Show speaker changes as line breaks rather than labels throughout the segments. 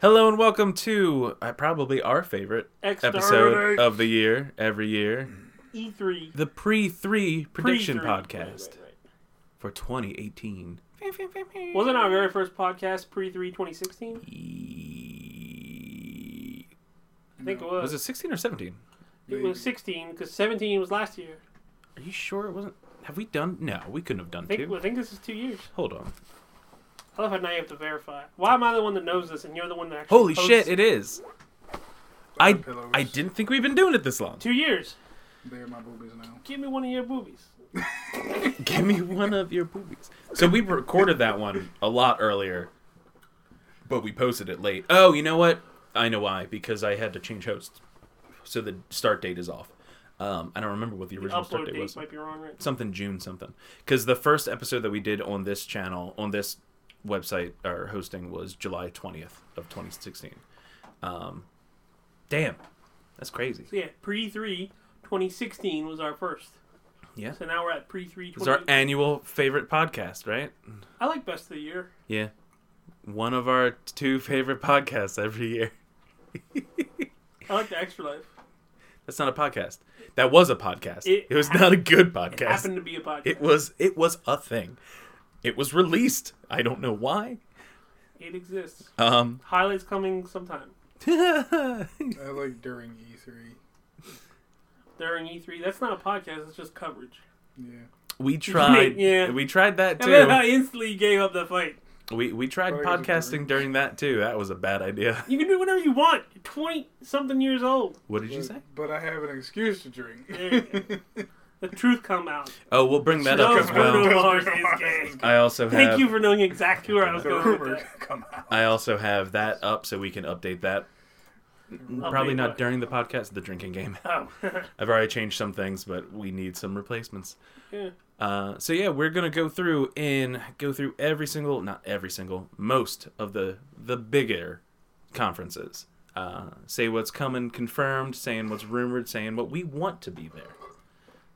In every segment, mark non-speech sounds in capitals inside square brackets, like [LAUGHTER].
Hello and welcome to uh, probably our favorite episode
Exterminate.
of the year every year,
E E3
the pre three prediction
Pre-three. Right,
podcast
right, right.
for 2018.
Wasn't our very first podcast pre 3 2016? I think it was.
E- Was it 16 or 17?
it was 16 because 17 was last year.
Are you sure it wasn't? Have we done? No, we couldn't have done
I think,
two.
I think this is two years.
Hold on.
I love how now you have to verify. Why am I the one that knows this and you're the one that actually
Holy
posts
shit! It is. I
pillows.
I didn't think we've been doing it this long.
Two years.
They're my boobies now.
Give me one of your boobies.
Give me one of your boobies. So we recorded that one a lot earlier, but we posted it late. Oh, you know what? I know why. Because I had to change hosts, so the start date is off. Um, I don't remember what the original start
Upload
date
date
was.
might be wrong, right?
Something June something. Because the first episode that we did on this channel on this website or hosting was July twentieth of twenty sixteen. Um, damn, that's crazy.
So yeah, pre 3 2016 was our first.
Yeah.
So now we're at pre 3
It's our annual favorite podcast, right?
I like best of the year.
Yeah. One of our two favorite podcasts every year.
I like the extra life.
That's not a podcast. That was a podcast. It,
It
was
hap-
not a good
It
podcast. It,
happened to be a podcast.
was it was a thing. It was released. I don't know why.
it exists.
Um [LAUGHS]
Highlights coming sometime.
I like during E E3.
during E3. That's not a podcast. It's just coverage.
Yeah.
we tried
[LAUGHS] Yeah.
we tried
[LAUGHS]
that
And then I
too.
instantly gave up the fight.
We we tried
Probably isn't
podcasting
true.
during that too. That was a bad idea. [LAUGHS]
You can do whatever you want. You're Twenty something years old.
What did you
but,
say?
But I have an excuse to drink. [LAUGHS]
There you The truth come out.
[LAUGHS] Oh, we'll bring that up
No,
as
Bruno
well.
Mars is gay.
I also have
Thank you for knowing exactly where I was
the
going with
rumors
that.
come out.
I also have that up so we can update that. Probably not
what?
during the podcast, the drinking game.
Oh. [LAUGHS]
I've already changed some things, but we need some replacements.
Yeah.
Uh, so yeah, we're gonna go through and go through every single, not every single, most of the the bigger conferences. Uh, say what's coming confirmed, saying what's rumored, saying what we want to be there.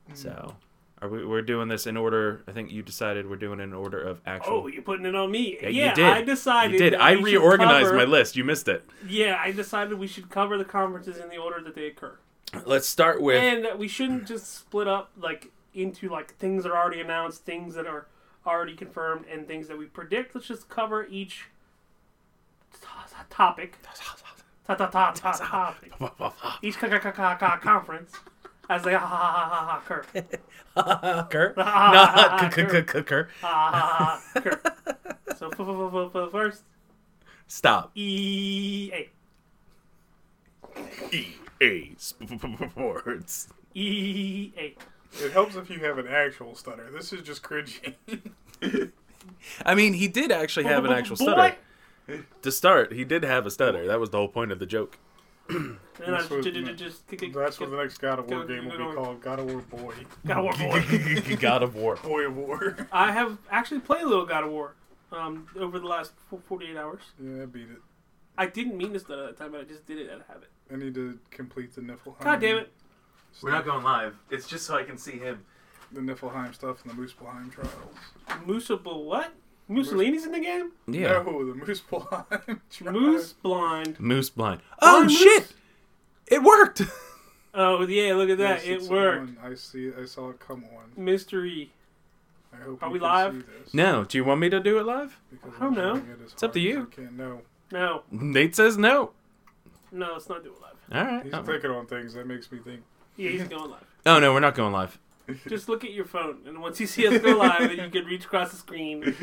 Hmm.
So, are we? We're doing this in order. I think you decided we're doing it in order of actual.
oh, you're putting it on me. Yeah,
you did.
I decided.
You did.
that
I
we should
reorganized
cover-
my list. You missed it.
Yeah, I decided we should cover the conferences in the order that they occur,
Let's start with. [LAUGHS]
and that we shouldn't just split up like into like things that are already announced, things that are already confirmed, and things that we predict. Let's just cover each t- topic. ta ta ta ta topic. Each ca- ca- ca- ca- ca- conference as they ha ha ha ha ha cur. Ha,
Kerr.
[LAUGHS] Ah,
Not [LAUGHS] k- k- k- Kerr.
ha ha ha cur. So f- f- f- f- first
Stop.
E A
EA E Sports.
E A.
It helps if you have an actual stutter. This is just
[LAUGHS]
cringy.
I mean, he did actually have an actual stutter. To start, he did have a stutter. That was the whole point of the [LAUGHS] joke.
And then I
That's what-
ju- ju- ju- just kick- kick-
That's what
kick-
the next God of War
Go-
game will
go-
be called. God of War Boy.
God of War. boy.
God of War.
Boy of War.
I have actually played a little God of War um, over the last fo- 48 hours.
[LAUGHS] Yeah, I beat it.
I didn't mean to stutter that time, but I just did it out of habit.
I need to complete the Niflheim.
God damn it.
We're not going live. It's just so I can see him.
The Niflheim stuff and the Moosepelheim trials.
Musuble what? Mussolini's in the game?
Yeah.
No, the Moosepelheim [LAUGHS] trials.
Moose blind.
Moose blind. Oh
Blind moose?
shit! It worked.
Oh, yeah, look at that.
Yes,
it
it's
worked.
on. I see. I saw it come on.
Mystery.
I hope
Are
you
we
can
live?
See this.
[LAUGHS] No. Do you want me to do it live?
Because
I don't know.
It's
up to you.
Can't know.
No,
Nate says no.
no, let's not do it live.
All right.
He's
Oh.
clicking on things that makes
[LAUGHS]
me think.
Yeah, he's going live.
oh no, we're not going live.
Just look at your phone, and once you see us go live, then you can reach across the screen.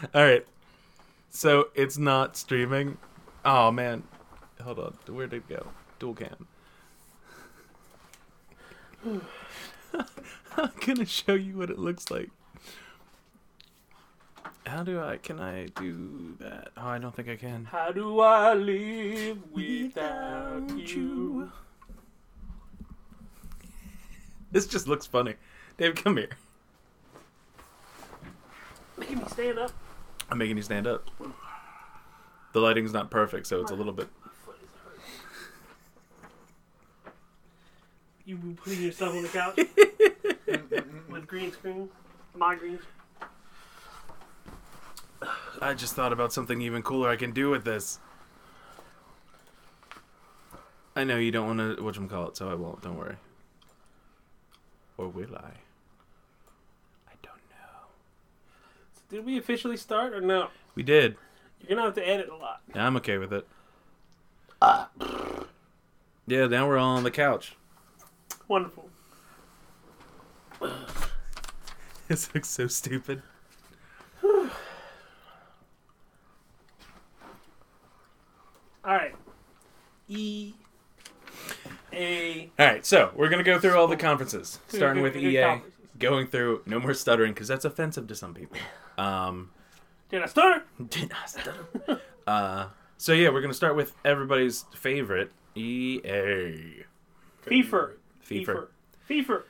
[LAUGHS] All right. So it's not streaming. Oh man. Hold on. Where'd it go? Dual cam. [LAUGHS] I'm gonna show you what it looks like. How do I? Can I do that? Oh, I don't think I can.
How do I live without you?
This just looks funny. Dave, come here.
Making me stand up.
I'm making you stand up. The lighting's not perfect, so it's a little bit.
My foot is hurting. You were putting yourself on the couch with green screen, my green. screen.
I just thought about something even cooler I can do with this. I know you don't want to what call it, so I won't. Don't worry. Or will I? I don't know.
Did we officially start or no?
We did.
You're gonna have to edit a lot.
Yeah, I'm okay with it. Yeah, now we're all on the couch.
Wonderful.
[LAUGHS] This looks so stupid.
All right. E A.
All right, so we're gonna go through all the conferences, [LAUGHS] starting with E
Good- good
EA,
conferences.
going through no more stuttering because that's offensive to some [LAUGHS] people. Um,
Did I stutter?
Did not stutter. [LAUGHS] uh, so yeah, we're gonna start with everybody's favorite E EA.
FIFA.
FIFA.
FIFA.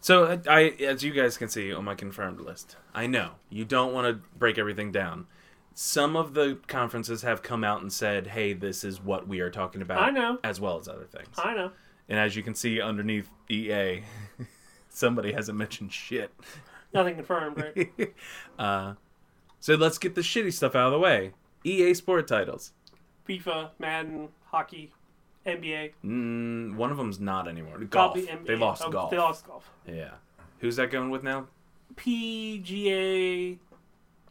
So I, I, as you guys can see on my confirmed list, I know you don't want to break everything down. Some of the conferences have come out and said, "Hey, this is what we are talking about,"
I know.
as well as other things.
I know.
and as you can see underneath EA, [LAUGHS] somebody hasn't mentioned shit.
Nothing confirmed,
[LAUGHS]
right?
uh, so let's get the shitty stuff out of the way. EA sport titles.
FIFA, Madden, hockey, NBA.
Mm, one of them's not anymore. Golf.
probably NBA.
They lost
Oh,
golf.
They lost golf.
Yeah. Who's that going with now?
PGA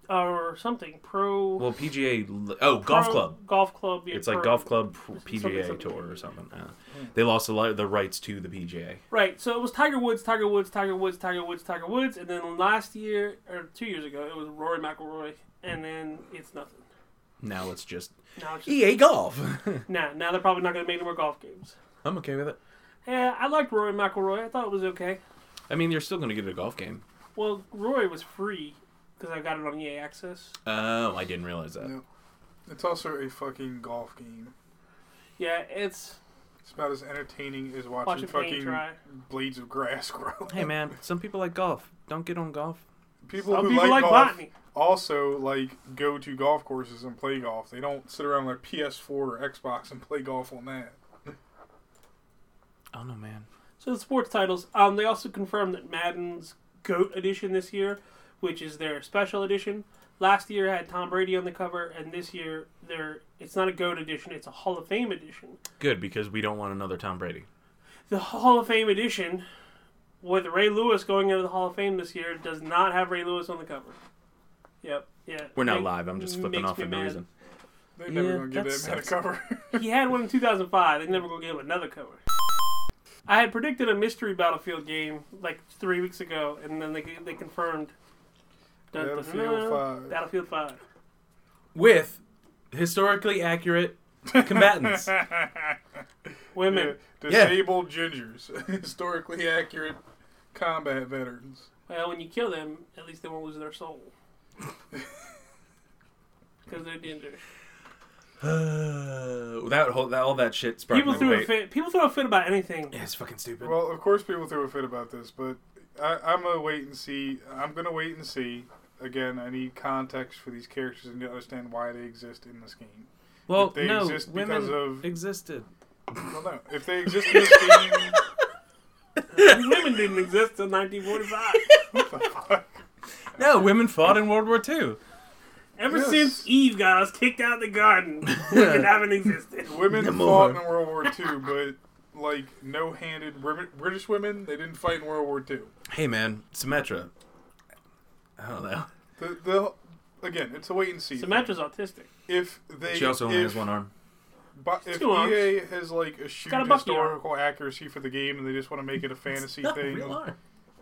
uh, or something. Pro.
Well, PGA. l- Oh, golf
pro-
club.
Golf club. Yeah,
It's like
pro.
golf club pr- PGA
something. Hmm.
tour or something. Uh, they lost a lot the rights to the PGA.
Right. So it was Tiger Woods, Tiger Woods, Tiger Woods, Tiger Woods, Tiger Woods, and then last year or two years ago it was Rory McIlroy, and then it's nothing.
Now it's just
Now it's just,
EA E golf. [LAUGHS]
nah, now they're probably not going to make any more golf games.
I'm okay with it.
Yeah, I liked Rory McIlroy. I thought it was okay.
I mean, you're still going to get a golf game.
Well, Rory was free because I got it on EA Access.
Oh, I didn't realize that.
No. It's also a fucking golf game.
Yeah, it's
It's about as entertaining as
watch
watching
a
fucking
paint dry.
blades of grass [LAUGHS] grow.
Hey man, some people like golf. Don't get on golf.
people
Some
who
people
like,
like
golf
botany.
also like go to golf courses and play golf. They don't sit around like PS4 or Xbox and play golf on that.
Oh no, man.
So the sports titles. Um, they also confirmed that Madden's Goat Edition this year, which is their special edition. Last year had Tom Brady on the cover, and this year they're it's not a Goat Edition; it's a Hall of Fame edition.
Good because we don't want another Tom Brady.
The Hall of Fame edition, with Ray Lewis going into the Hall of Fame this year, does not have Ray Lewis on the cover. Yep. Yeah.
We're not
Make-
live. I'm just flipping
makes
off for
me
no
mad.
reason.
They're never
Yeah,
gonna give
that
that man a
sucks.
cover.
He had one in 2005. They never gonna give him another cover. I had predicted a mystery battlefield game like three weeks ago, and then they they confirmed.
[LAUGHS]
Dun, dun, dun,
Battlefield
dun.
5.
Battlefield Five.
With historically accurate [LAUGHS] combatants.
[LAUGHS]
Women.
Yeah, disabled gingers, [LAUGHS] historically accurate combat veterans.
Well, when you kill them, at least they won't lose their
[LAUGHS]
soul. Because they're ginger.
Uh, that whole that all that shit sparked
People
my
threw a
debate.
fit. People throw a fit about
[LAUGHS]
anything.
Yeah, it's fucking stupid.
Well, of course, people threw a fit about this, but I, I'm gonna wait and see. I'm gonna wait and see. Again, I need context for these characters and to understand why they exist in this game.
Well,
they
no,
exist
women
because of-
existed.
Well, no, if they exist in this game,
Women didn't exist till 1945.
what the fuck?
No, women fought in World War II.
Ever
Yes.
since Eve got us kicked out of the garden, women haven't
[LAUGHS]
existed.
Women
No
fought
more.
in World War II, but like no-handed women, British women, they didn't fight in World War II.
Hey, man, Symmetra. I don't know.
The, the again, it's a wait and see.
Symmetra's autistic.
If they,
She also only
if,
has one arm.
But if
Two arms.
EA has like
got a
assumed
monkey arm.
historical accuracy for the game and they just want to make it a fantasy
No,
thing,
[LAUGHS] real arm.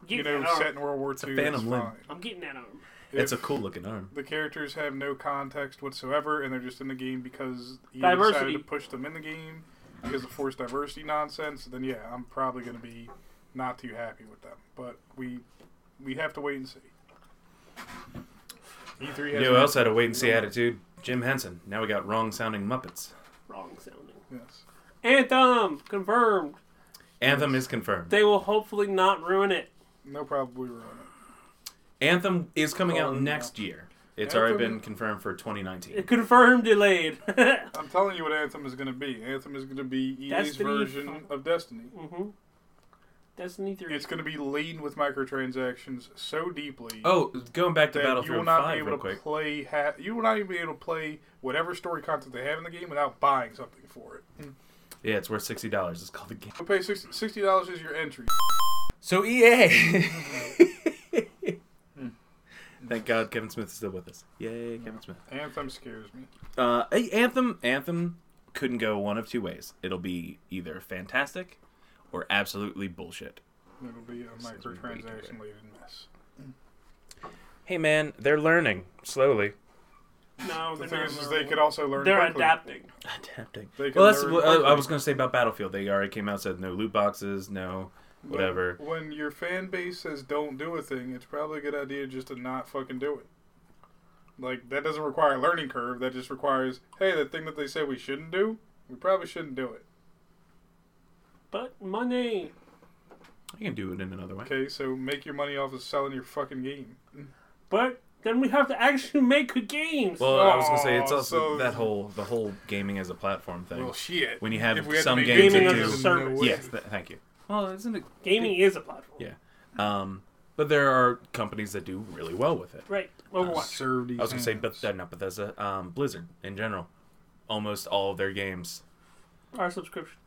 Get
you know,
that arm.
set in World War
a
II,
phantom
that's
limb.
fine.
I'm getting that arm.
It's a
If
cool looking arm.
The characters have no context whatsoever, and they're just in the game because EA
Diversity.
decided to push them in the game because of forced diversity nonsense. Then yeah, I'm probably going to be not too happy with them, but we we have to wait and see. E3
You
has
know who else had a wait and see attitude? Jim Henson. Now we got wrong sounding Muppets.
Wrong sounding.
Yes.
Anthem confirmed.
Anthem is confirmed.
They will hopefully not ruin it.
No problem. We were on it.
Anthem is coming out
Calling me
next year. It's
Oh, Anthem-
already been confirmed for 2019.
Confirmed delayed. [LAUGHS] mm-hmm.
I'm telling you E what Anthem is going to be. Anthem is going to be EA's
Destiny.
version of Destiny.
Destiny three.
It's going to be laden with microtransactions so deeply.
Oh, going back to
that you will
Battlefield
not be
Five
able
real
to
quick.
play. Ha- you will not even be able to play whatever story content they have in the game without buying something for it.
Yeah, it's worth sixty dollars. It's called the game.
You'll pay sixty dollars as your entry.
So E EA. Hmm. Thank God Kevin Smith is still with us. Yay, Kevin Smith.
Anthem scares me.
Uh, hey, Anthem. Anthem couldn't go one of two ways. It'll be either fantastic or absolutely bullshit.
It'll be a
This is way too
microtransaction laden mess.
Hey man, they're learning slowly.
No,
The
they're
thing
not
is, is
learning.
they could also learn.
They're
quickly.
adapting.
Adapting.
They can
Well, that's
learn
what I, I
quickly.
was gonna say about Battlefield. They already came out and said no loot boxes, no whatever.
When your fan base says don't do a thing, it's probably a good idea just to not fucking do it. Like that doesn't require a learning curve. That just requires, hey, the thing that they say we shouldn't do, we probably shouldn't do it.
But money.
You can do it in another way.
Okay, so make your money off of selling your fucking game.
But then we have to actually make good games.
Well, I was gonna say it's
Aw,
also
so-
that whole the whole gaming as a platform thing.
Well, shit.
When you have
If we had
some
to make
games
Gaming
that
as a
do-
service.
way.
yes, th- thank you. Well, isn't it?
Gaming is a platform.
Yeah. Um, but there are companies that do really well with it.
Right. Overwatch.
Served
I was gonna say
hands.
Bethesda, not Bethesda, um, Blizzard in general. Almost all of their games.
Our subscription.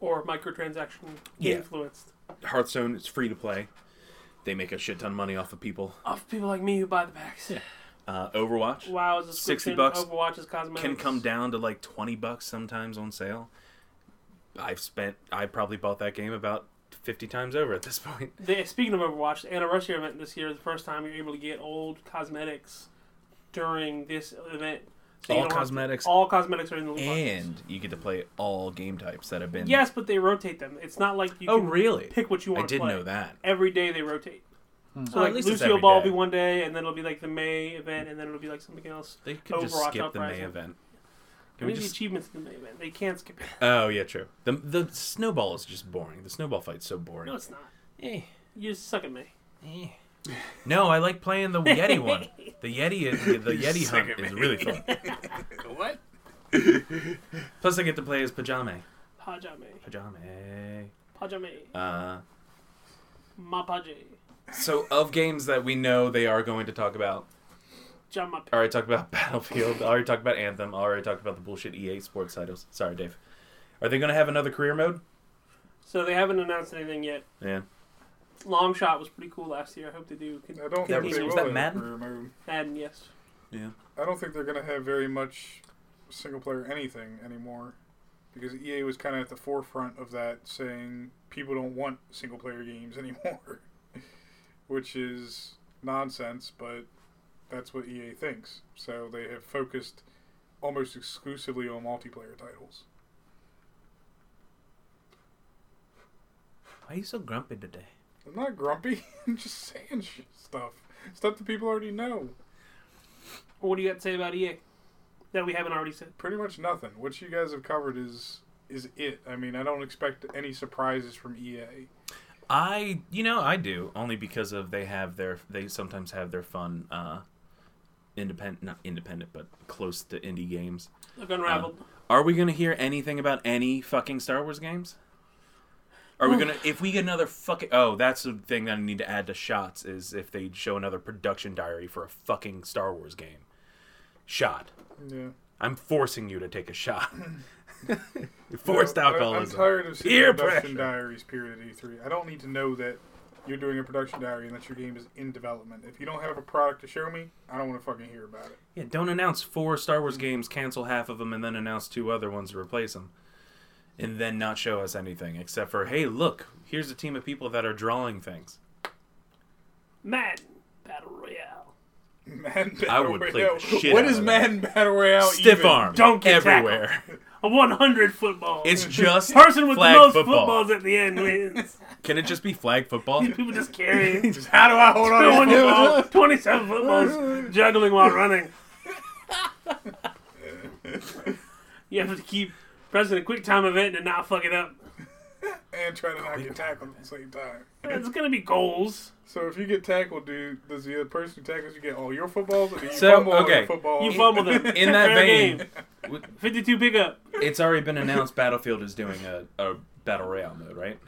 Or microtransaction
Yeah.
influenced.
Hearthstone is free to play. They make a shit ton of money off of people.
Of people like me who buy the packs.
Uh, Overwatch
Wow, is a
60
subscription.
bucks
Overwatch is cosmetics.
can come down to like twenty bucks sometimes on sale. I've spent. I probably bought that game about fifty times over at this [LAUGHS] point.
They, speaking of Overwatch, the anniversary event this year is the first time you're able to get old cosmetics during this event. So you
all
don't have to-
cosmetics,
all cosmetics are in the loot boxes.
and you get to play all game types that have been.
Yes, but they rotate them. It's not like you
Oh,
can
really?
pick what you
I
want to
didn't
play.
know that.
Every day they rotate.
Oh,
So
at
like
least it's
Lucio
every
Ball
day.
will be one day, and then it'll be like the May event, and then it'll be like something else.
They could just
Overwatch
skip the May
Uprising.
event. Can
Maybe
we just?
achievements in the May event. They can't skip it.
Oh yeah, true. The the snowball is just boring. The snowball fight's so boring.
No, it's not.
Eh,
You just suck at May.
eh. No, I like playing the Yeti one. The Yeti is [LAUGHS] the Yeti
Suck
hunt
at
is
me.
really [LAUGHS] fun.
What?
Plus, I get to play as Pajame.
Pajame.
Pajame.
Pajame.
Uh,
Mapaje.
so of games that we know they are going to talk about.
Jamape.
I already talked about [LAUGHS] Battlefield. I already talked about Anthem. I already talked about the bullshit EA Sports titles. Sorry, Dave. Are they going to have another career mode?
So they haven't announced anything yet.
Yeah.
Long shot was pretty cool last year. I hope they do. Can,
I don't
That
think
was-
they
was
will
that
have
Madden?
career mode.
and yes,
I don't think they're gonna have very much single player anything anymore, because EA was kind of at the forefront of that, saying people don't want single player games [LAUGHS] anymore, which is nonsense, but that's what EA thinks. So they have focused almost exclusively on multiplayer titles.
Why are you so grumpy today?
I'm not grumpy. [LAUGHS] I'm just saying sh- stuff, stuff that people already know.
what do you got to say about EA that we haven't already said?
Pretty much nothing. What you guys have covered is is it. I mean, I don't expect any surprises from E EA.
I, you know, I do only because of they have their they sometimes have their fun uh independent not independent but close to indie games.
Look unraveled.
Are we going to hear anything about any fucking Star Wars games? Are we going to if we get another fucking Oh, that's the thing that I need to add to shots is if they show another production diary for a fucking Star Wars game. Shot.
Yeah.
I'm forcing you to take a shot. Forced
No, I- I'm
alcoholism.
tired of seeing
Peer
production
pressure.
diaries. Period. at E3. I don't need to know that you're doing a production diary and that your game is in development. If you don't have a product to show me, I don't want to fucking hear about it. [LAUGHS]
Yeah, don't announce four Star Wars games, cancel half of them, and then announce two other ones to replace them, and then not show us anything except for, hey, look, here's a team of people that are drawing things.
Madden Battle Royale.
Madden Battle
I would play the
Royale.
shit
What
out
is
of that.
Madden Battle Royale?
Stiff
even?
arm,
Don't get
everywhere.
A 100 football. [LAUGHS]
It's just
person with the
flag
most
football.
footballs at the end
[LAUGHS]
wins.
Can it just be flag
[LAUGHS]
football?
People
[LAUGHS]
just carrying
[LAUGHS] How do I hold on? to
21
it?
27 footballs juggling
[LAUGHS]
while running. you have to keep pressing a quick time event and not fuck it up.
And try to not get tackled at the same time.
It's gonna be goals.
So if you get tackled, dude, does the other person who tackles you get all your footballs, or do you
So,
fumble all
okay.
your footballs?
You fumble them.
In that
Fair
vein,
game.
With-
52 big up.
It's already been announced Battlefield is doing a, a battle royale mode, right?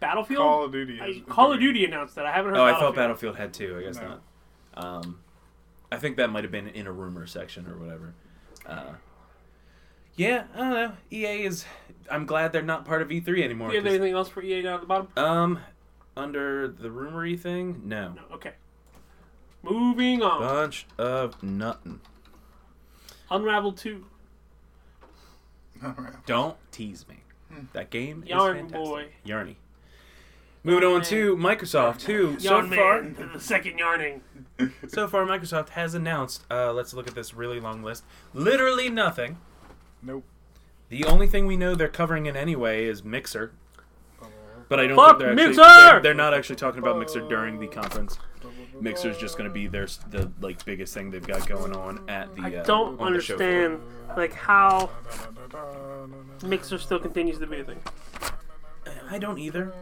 Battlefield?
[LAUGHS] Call of Duty.
I-
is-
Call of Duty announced that. I haven't heard
Oh, I
Battlefield.
thought Battlefield had two. I guess
No.
not. Um, I think that might have been in a rumor section or whatever. Uh, yeah, I don't know. EA is. I'm glad they're not part of E3 anymore.
Do you have
'cause-
anything else for EA down at the bottom?
um, under the rumory thing, no.
No. Okay. Moving on.
Bunch of nothing.
Unravel 2.
Alright.
Don't tease me. That game
Hmm. Yarn
is fantastic.
boy.
Yarny. Moving on to Microsoft, who so
Yarn
far
Man. The second yarning.
so far Microsoft has announced. Uh, let's look at this really long list. Literally nothing.
[LAUGHS] Nope.
The only thing we know they're covering in anyway is Mixer, but I don't
Fuck
think they're actually,
Mixer!
They're, they're not actually talking about Mixer during the conference. Mixer's just going to be their s- the like biggest thing they've got going on at the.
I
uh,
don't
on the show floor.
understand like how
Da-da-da-da-da-da-da.
Mixer still continues to be a thing.
I don't either.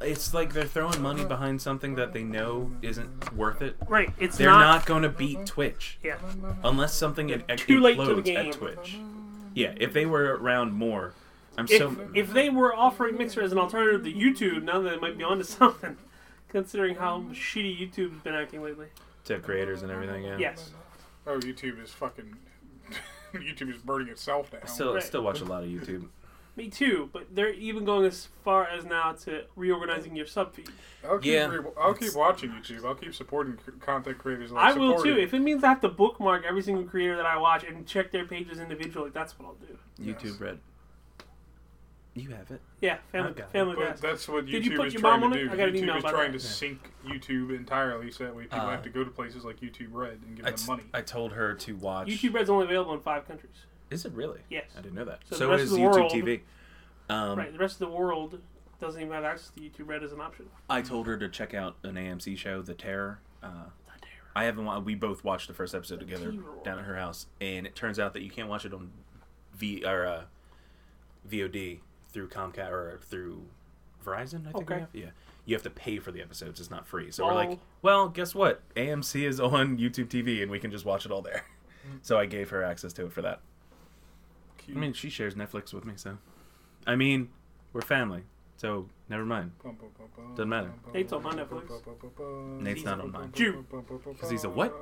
It's like they're throwing money behind something that they know isn't worth it.
Right. It's
They're
not,
not, going to beat Twitch
Yeah.
unless something it,
too late to the
implodes
game.
at Twitch. Yeah, if they were around more, I'm
If,
so
if they were offering Mixer as an alternative to YouTube, now they might be onto [LAUGHS] something, considering how shitty YouTube's been acting lately.
to creators and everything. Yeah.
Yes.
Oh, YouTube is fucking. [LAUGHS] YouTube is burning itself down.
I still I
Right.
still watch a lot of YouTube.
Me too, but they're even going as far as now to reorganizing your sub feed.
I'll keep,
Yeah.
re- I'll
It's-
keep watching YouTube. I'll keep supporting c- content creators. Like
I will too.
supporting-
If it means I have to bookmark every single creator that I watch and check their pages individually, that's what I'll do.
YouTube
Yes.
Red. You have it.
Yeah, family,
I've got it.
family
But
guys.
that's what
Did
YouTube
you put
is
your
trying
mom
to
on it?
do.
I got an
YouTube
email
is
about
trying
that.
to sink YouTube entirely, so that way people
Uh,
have to go to places like YouTube Red and give
I,
them
t-
money.
I told her to watch.
YouTube Red's only available in five countries.
Is it really?
Yes.
I didn't know that.
So
So,
the rest
is
of the
YouTube
world-
TV. Um,
right. The rest of the world doesn't even have access to YouTube Red as an option.
I told her to check out an AMC show, The Terror. Uh, I haven't. wa- We both watched the first episode together
Terror.
down at her house, and it turns out that you can't watch it on V or uh, VOD through Comcast or through Verizon. I think.
Okay.
We have. Yeah, you have to pay for the episodes. It's not free. So we're
Oh.
like, well, guess what? AMC is on [LAUGHS] YouTube TV, and we can just watch it all there. so I gave her access to it for that.
Cute.
Mm. I mean, she shares Netflix with me, so. I mean, we're family, so never mind.
Bum, bum, bum, bum,
Doesn't matter.
bum, bum,
Nate's on my
bum,
Netflix.
bum, bum, bum, bum,
Nate's
not
on mine.
Jew.
Because
he's a what?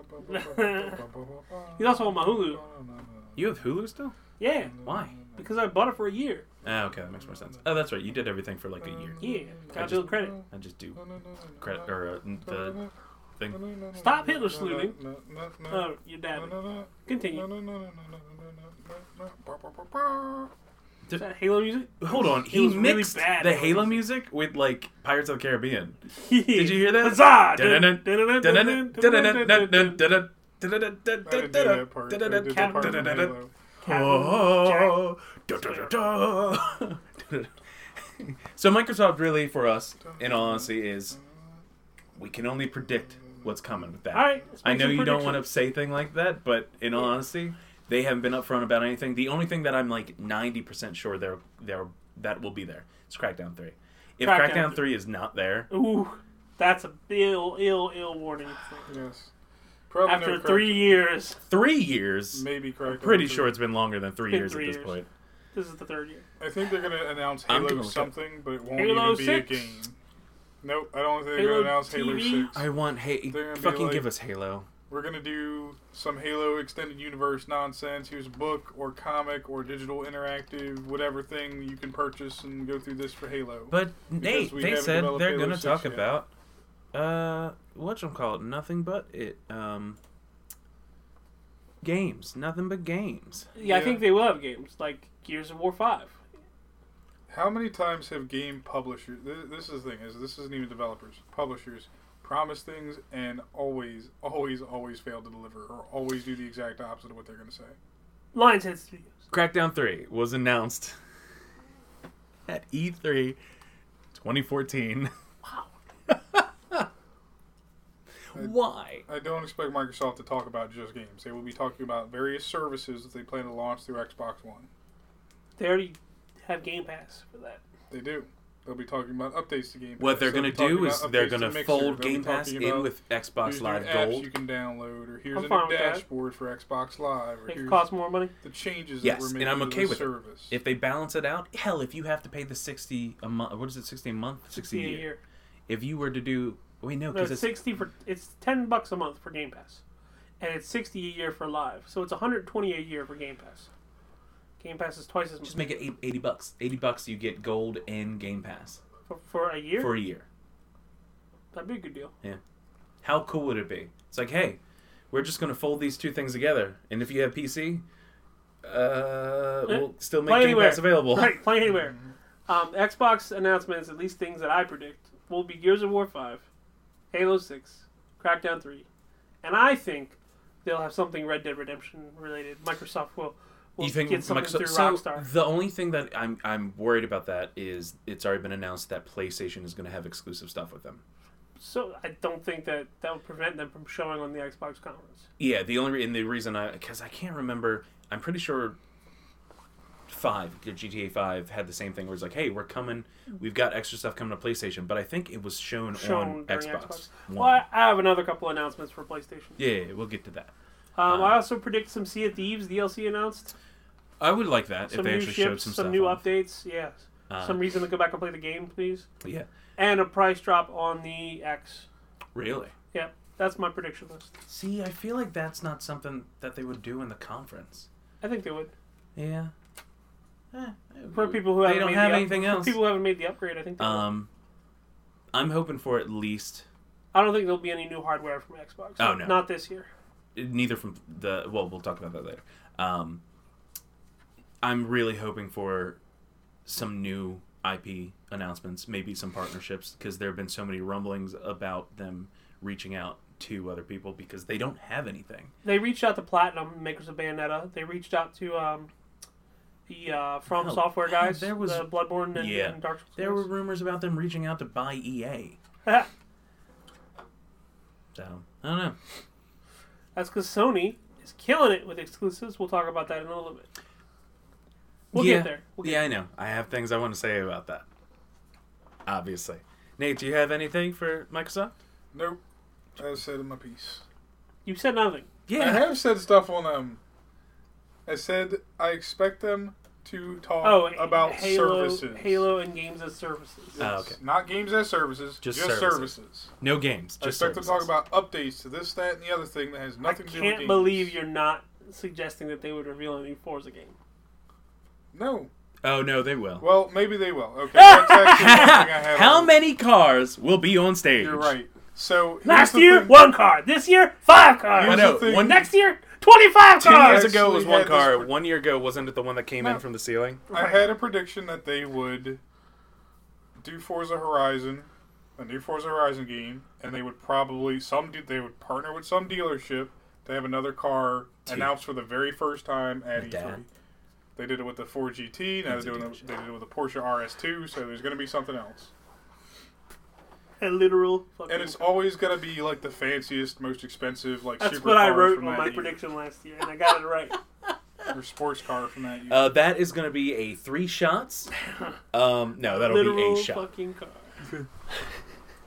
He's also on my Hulu.
You have Hulu still?
Yeah,
Why?
because I bought it for a year.
Ah, okay, that makes more sense. Oh, that's right. You did everything for like a year.
Yeah,
I
gotta
just-
build credit.
I just do credit or uh, the thing.
Stop Hitler saluting. Oh, your dad. Continue. Is that Halo music?
Hold on,
It
he
was really
mixed
bad
the
Halo
Halo music with like Pirates of the Caribbean.
Did
you hear that?
Huzzah!
Dun-dun-dun, Dun-dun, dun-dun, dun-dun,
Dun-dun-dun-dun-dun-dun.
dun-dun,
I didn't do that part. I did
dun-dun,
the part from
dun-dun-dun-dun. Oh,
Halo.
da-da-da-da. So Microsoft really for us, in all honesty, is we can only predict what's coming with that.
All right. let's
I
make
know
some
you don't want to
predictions.
say thing like that, but in all
Yeah.
honesty, they haven't been upfront about anything. The only thing that I'm like 90% sure they're, they're, that will be there is Crackdown 3. If
Crackdown
Crackdown, 3 is not there,
Ooh, that's a ill, ill, ill warning.
Yes. Probably no
After
crack-
three years,
three years,
maybe crack.
pretty sure it's been longer than three
Been
years
three
at this
years.
point.
this is the third year.
I think they're gonna announce
I'm gonna
Halo
look up.
something, but it won't
Halo
even be a
6?
game. Nope, I don't think they're
Halo
gonna announce Halo
TV?
Six.
I want hey,
They're gonna be
fucking
like-
give us Halo.
We're gonna do some Halo extended universe nonsense. Here's a book or comic or digital interactive, whatever thing you can purchase and go through this for Halo.
But
Because
Nate,
we
they
haven't
said
developed
they're
Halo
going to
6
talk
yet.
about uh what you call it, nothing but it um games, nothing but games.
Yeah, I
Yeah.
think they will have games like Gears of War Five.
How many times have game publishers? This, this is the thing is this isn't even developers. Publishers promise things and always, always, always fail to deliver or always do the exact opposite of what they're gonna say.
Lionshead Studios.
Crackdown 3 was announced at E E3 2014.
Wow.
[LAUGHS] Why?
I don't expect Microsoft to talk about just games. They will be talking about various services that they plan to launch through Xbox One.
They already have Game Pass for that.
They do. They'll be talking about updates to Game Pass.
What they're
They'll
going to
be talking
do is
about
they're
updates
going to
Mixer. They'll
fold
be
Game Pass
talking
in
about
with
here's
Xbox
new
Live
apps
Gold.
You can download, or here's
I'm
a
fine
new
with that.
dashboard for Xbox Live, or
It
here's
could cost more money.
the changes
Yes,
that we're
and
making
I'm
to
okay
the
with it.
service.
If they balance it out, hell, if you have to pay the sixty a month, what is it, sixty a month, sixty,
Sixty a
a year.
year.
If you were to do, wait, no,
No,
because
it's sixty for it's ten bucks a month for Game Pass, and it's sixty a year for Live. So it's one hundred twenty a year for Game Pass. Game Pass is twice as much
just make it eight- eighty bucks. Eighty bucks, you get Gold and Game Pass
for, for a year.
for a year.
That'd be a good deal.
How cool would it be? It's like, hey, we're just going to fold these two things together, and if you have PC, uh, we'll still make
Eh, Play
Game
anywhere.
Pass available.
Right, play anywhere. Um, Xbox announcements, at least things that I predict, will be Gears of War 5, Halo 6, Crackdown 3, and I think they'll have something Red Dead Redemption related. Microsoft will, will
you think
get something
Microsoft-
through
so
Rockstar.
the only thing that I'm I'm worried about that is it's already been announced that PlayStation is going to have exclusive stuff with them.
So I don't think that that would prevent them from showing on the Xbox conference.
Yeah, the only re- and the reason I because I can't remember. I'm pretty sure five the GTA Five had the same thing where it's like, hey, we're coming. We've got extra stuff coming to PlayStation, but I think it was shown,
Shown
on
during
Xbox.
Xbox.
One.
Well, I I have another couple announcements for PlayStation.
Yeah, yeah, we'll get to that.
Um,
Uh,
I also predict some Sea of Thieves DLC announced,
I would like that if
some
they
new
actually showed
ships,
some,
some,
stuff.
new
on.
updates. Yeah,
Uh,
some reason to go back and play the game, please.
yeah,
and a price drop on the X.
really.
Yep, that's my prediction list.
See, I feel like that's not something that they would do in the conference. Eh,
I think they would
Yeah.
for people who
They
haven't
don't
made
have
the up-
anything
for
else.
People who haven't made the upgrade, I think. They would.
Um, I'm hoping for at least
I don't think there'll be any new hardware from Xbox.
Oh, no.
not this year.
neither from the well we'll talk about that later um i'm really hoping for some new ip announcements maybe some partnerships because there have been so many rumblings about them reaching out to other people because they don't have anything
They reached out to Platinum, makers of Bayonetta. They reached out to um, the uh, From
Hell,
Software
hell,
guys.
Oh, there was-
the Bloodborne and,
Yeah.
and Dark Souls.
there were rumors about them reaching out to buy E ea
guys.
so i don't know
[LAUGHS] that's because Sony is killing it with exclusives. We'll talk about that in a little bit. We'll
yeah.
get there. We'll get
yeah i know i have things i want to say about that obviously nate do you have anything for microsoft
Nope. I said in my piece.
You said nothing.
I have said stuff on them. I said I expect them to talk
Oh,
about
Halo,
services.
Halo and games as services.
Yes.
Oh, okay.
Not games as services,
Just
just,
services.
services.
no games
I
just
expect them to talk
services.
about updates to this, that, and the other thing that has
I
nothing to do with
can't
games.
believe you're not suggesting that they would reveal a new Forza game.
No.
oh no they will [LAUGHS]
Well, maybe they will. Okay. That's actually something I have
How
on-
many cars will be on stage?
You're right. So here's
Last
the
year,
thing.
one car. This year, five
I
cars.
Here's the
know.
thing.
One
Next year, twenty-five
Two years
cars.
Actually
ago was one
had this
car.
pre-
One year ago wasn't it the one that came in
No.
from the ceiling?
I had a prediction that they would do Forza Horizon, a new Forza Horizon game, and they would probably some de- they would partner with some dealership to have another car announced for the very first time at
Like
E3.
that.
They did it with the 4GT. Now
That's
they're
a
doing
dealership.
it, they did it with the Porsche RS2. So there's going to be something else,
A literal. Fucking
and it's always going to be like the fanciest, most expensive, like
that's
super
what I
car
wrote on
from that
my
year,
prediction last year, and I got it right.
or sports car from that E year.
Uh, that is going to be a three
[LAUGHS]
shots. Um, no, [LAUGHS] that'll
literal
be a shot.
fucking car.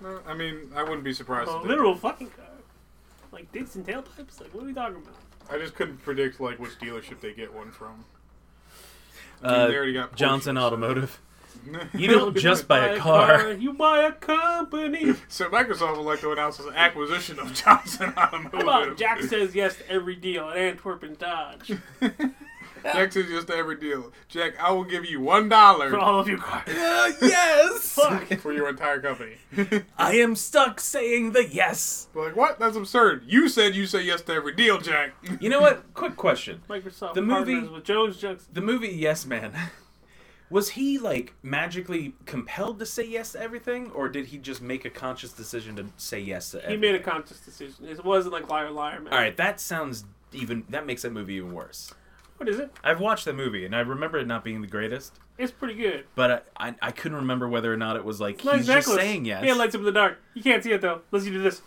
No, I mean, I wouldn't be surprised.
A
if they
literal fucking car. Like dicks and tailpipes. Like what are we talking about?
I just couldn't predict like which dealership they get one from. I mean,
Uh,
they already got
Johnson
Porsches. [LAUGHS]
Automotive. You don't just buy a car.
You buy a company.
so Microsoft would like to announce an acquisition of [LAUGHS] Johnson Automotive.
How about Jack says yes to every deal at Antwerp and Dodge
Jack says just every deal. Jack, I will give you one dollar
for all of your cars?
[LAUGHS] Uh, yes.
Fuck.
for your entire company. [LAUGHS]
I am stuck saying the yes.
We're like what? That's absurd. You said you say yes to every deal, Jack.
You know what? Quick question.
Microsoft
The movie-
partners with Jones Junction.
The movie Yes Man. [LAUGHS] Was he like magically compelled to say yes to everything, or did he just make a conscious decision to say yes to
He
everything?
made a conscious decision. It wasn't like liar, liar, man.
All right, that sounds even. That makes that movie even worse.
What is it?
I've watched the movie and I remember it not being the greatest,
It's pretty good.
but I I, I couldn't remember whether or not it was like
Nice
he's
necklace.
just saying yes.
Yeah,
[LAUGHS]
lights up in the dark. You can't see it though. Let's you do this.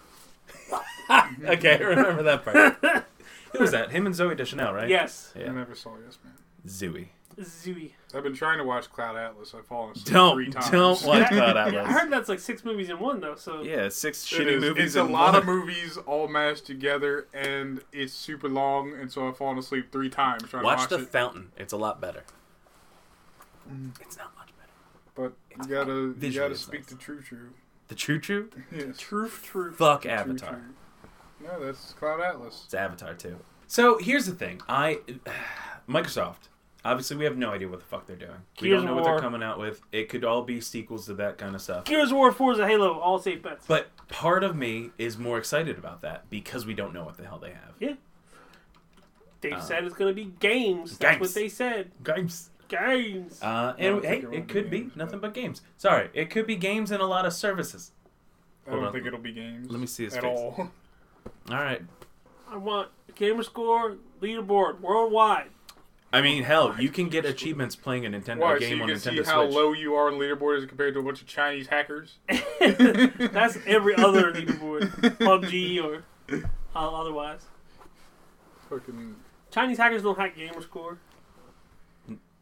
okay, I remember that part. Who was that? Him and Zoe Deschanel, right?
Yes.
Yeah.
I never saw yes, man.
Zooey.
Zooey.
I've been trying to watch Cloud Atlas. I've fallen asleep three
Don't
times.
don't [LAUGHS]
[LAUGHS]
like Cloud
Yeah, I
Atlas.
heard that's like six movies in one though. So
Yeah, six
It
shitty
is.
movies.
It's a
in
lot of
one.
movies all mashed together, and it's super long, and so I've fallen asleep three times trying
Watch
to
The
watch it.
Fountain. It's a lot better.
Mm.
It's not much better.
But you gotta you
Visually,
gotta
it's
speak
nice.
the true true.
The True True?
[LAUGHS] Yes.
truth, truth.
Fuck
True
Avatar.
True. No, that's Cloud Atlas.
It's Avatar too. So here's the thing. I [SIGHS] Microsoft. Obviously, we have no idea what the fuck they're doing. We
Gears
don't know
of
what they're
War.
coming out with. It could all be sequels to that kind of stuff.
Gears of War 4 is a Halo. All safe bets.
But part of me is more excited about that because we don't know what the hell they have.
yeah. They said it's gonna be games. That's what
Uh. games.
they said.
Games.
Games.
Uh,
I
and
don't think
hey,
it will
it
be
could be
games,
nothing
but-
but games. Sorry, it could be games and a lot of services.
I
Hold
don't
on.
think it'll be games.
Let me see his
at
face.
all.
All right.
I want gamer score leaderboard worldwide.
[LAUGHS] I mean, hell, you can get achievements playing a Nintendo
Why? So
game
you
on
can see
Nintendo
how
Switch.
low you are on leaderboard as compared to a bunch of
[LAUGHS]
Chinese hackers. [LAUGHS]
That's every other leaderboard, PUBG or uh, otherwise.
Fucking
Chinese hackers don't hack gamer score.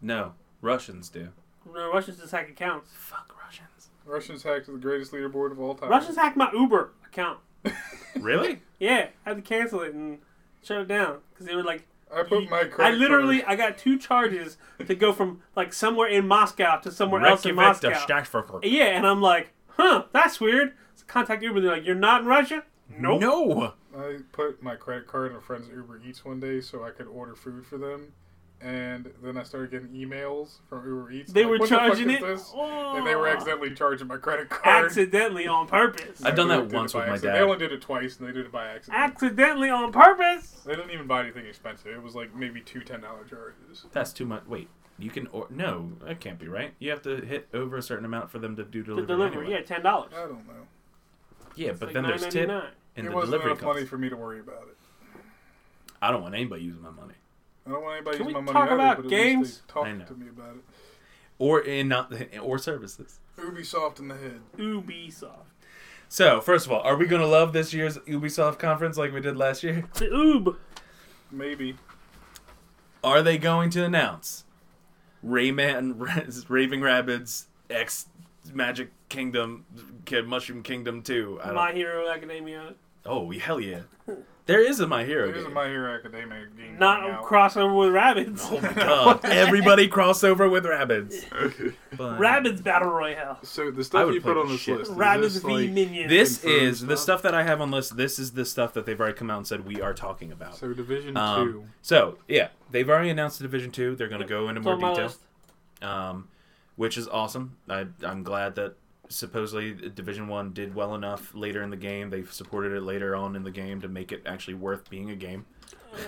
No, Russians do.
No, Russians just hack accounts.
Fuck Russians.
Russians hacked the greatest leaderboard of all time.
Russians hacked my Uber account.
[LAUGHS] Really?
Yeah, I had to cancel it and shut it down because they were like,
I put my credit
I literally
card-
I got two charges to go from like somewhere in Moscow to somewhere else in
Reykjavik to
Moscow.
Stafforker.
Yeah, and I'm like, huh, that's weird. So contact Uber. They're like, you're not in Russia. Nope.
No.
I put my credit card in a friend's Uber Eats one day so I could order food for them. And then I started getting emails from Uber Eats.
They
like,
were
"What the fuck
charging
is
it.
this?"
Oh.
And they were accidentally charging my credit card.
accidentally on purpose.
I've done
They
that
did it
once
by
with my
accident.
dad.
They only did it twice and they did it by accident.
accidentally on purpose.
they didn't even buy anything expensive. It was like maybe two $10 charges.
That's too much. Wait, you can or no? That can't be right. You have to hit over a certain amount for them to do
The
delivery.
delivery,
anyway.
yeah, ten dollars.
I don't know.
yeah. but then there's tip and
it
the
wasn't
delivery
enough money
costs.
for me to worry about it.
I don't want anybody using my money.
I don't want anybody
Can
using my
we
money
talk
either,
about
but at least
games?
they
I know.
talked to me about it.
Or in not or services.
Ubisoft in the head.
Ubisoft.
So first of all, are we gonna love this year's Ubisoft conference like we did last year?
The Oob.
Maybe.
Are they going to announce Rayman, [LAUGHS] Raving Rabbids, X Magic Kingdom, Kid Mushroom Kingdom Two? I don't.
My Hero Academia.
oh hell yeah! There is a My Hero.
There's a
game. [LAUGHS]
My Hero Academia game.
Not
coming
a
out.
crossover with rabbits.
Oh
[LAUGHS]
my god! Everybody crossover with rabbits. Fun.
rabbits Battle Royale.
So the
I
stuff
would
you
play
put on
the
this
shit.
list. is
Rabbits
this,
v
like-
Minions.
This
Confirmed
is the
stuff.
stuff that I have on list. This is the stuff that they've already come out and said we are talking about.
So Division Two.
Um, so yeah, they've already announced the Division Two. They're going to go into
It's
more
on my
detail,
list.
um, which is awesome. I, I'm glad that supposedly Division One did well enough later in the game. They've supported it later on in the game to make it actually worth being a game.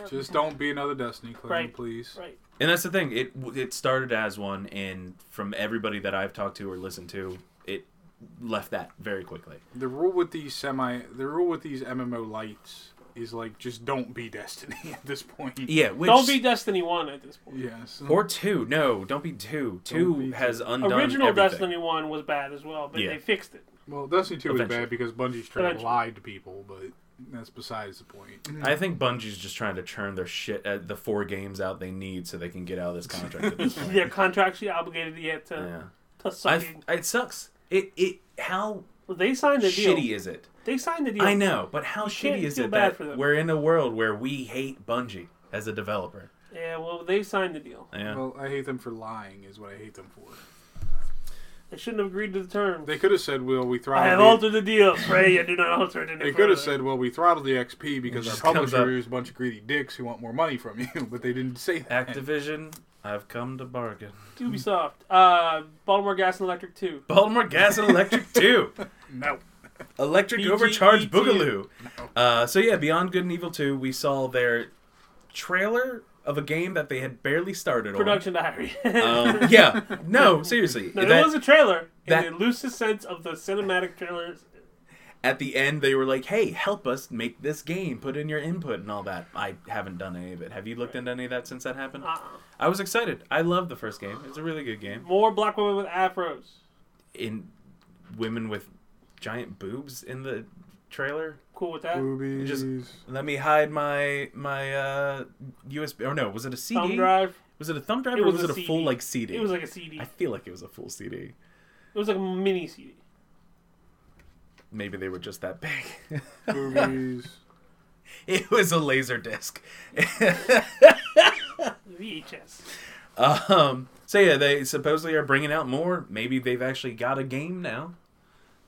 Just don't be another Destiny clone,
Right.
please.
Right.
And that's the thing. It it started as one, and from everybody that I've talked to or listened to, it left that very quickly.
The rule with these semi, the rule with these MMO lights is like just don't be [LAUGHS] Destiny at this point.
Yeah, which
Don't be Destiny 1 at this point.
Yes.
or two. No, don't be two. Two
be two.
has undone
Original
everything.
Destiny 1 was bad as well, but
Yeah.
they fixed it.
well, Destiny Two was
Eventually.
bad because Bungie straight up
Eventually.
lied to people, but that's besides the point.
I think Bungie's just trying to churn their shit at the four games out they need so they can get out of this contract at
[LAUGHS]
this point.
They're contractually obligated yet to,
Yeah.
to
I,
suck it.
it sucks. It it how
They signed the deal.
shitty is it?
They signed the deal.
I know, but how
can't
shitty is
feel
it
bad
that
for them.
we're in a world where we hate Bungie as a developer?
Yeah, well, they signed the deal.
Yeah.
Well, I hate them for lying. Is what I hate them for.
They shouldn't have agreed to the terms.
They could have said, "Well, we
I
thrive."
have
the-
altered the deal. Pray you do not alter it any
They could have
further.
said, "Well, we throttled the XP because our
just comes up.
publisher is a bunch of greedy dicks who want more money from you," [LAUGHS] but they didn't say that.
Activision, I've come to bargain. [LAUGHS]
Ubisoft, uh, Baltimore Gas and Electric 2.
Baltimore Gas and
[LAUGHS]
Electric 2.
No.
Electric
BGET.
Overcharge Boogaloo. Uh, so yeah, Beyond Good and Evil 2, we saw their trailer of a game that they had barely started on.
Production diary. [LAUGHS]
Um, yeah. No, seriously.
no,
That-
it was a trailer
that-
in the loosest sense of the cinematic trailers.
at the end, they were like, "Hey, help us make this game. Put in your input and all that." I haven't done any of it. Have you looked into any of that since that happened?
Uh,
I was excited. I love the first game. It's a really good game.
more black women with afros.
In women with giant boobs in the trailer.
cool with that.
Boobies.
just- Let me hide my my uh, USB or no, was it a CD?
Thumb drive.
Was it a thumb drive
It
or
was
was
a
it a
CD.
full like CD?
It was like a CD.
I feel like it was a full CD.
It was like a mini CD.
Maybe they were just that big.
[LAUGHS]
[LAUGHS]
Boobies.
it was a laser disc. [LAUGHS]
VHS.
Um, so yeah, they supposedly are bringing out more. Maybe they've actually got a game now.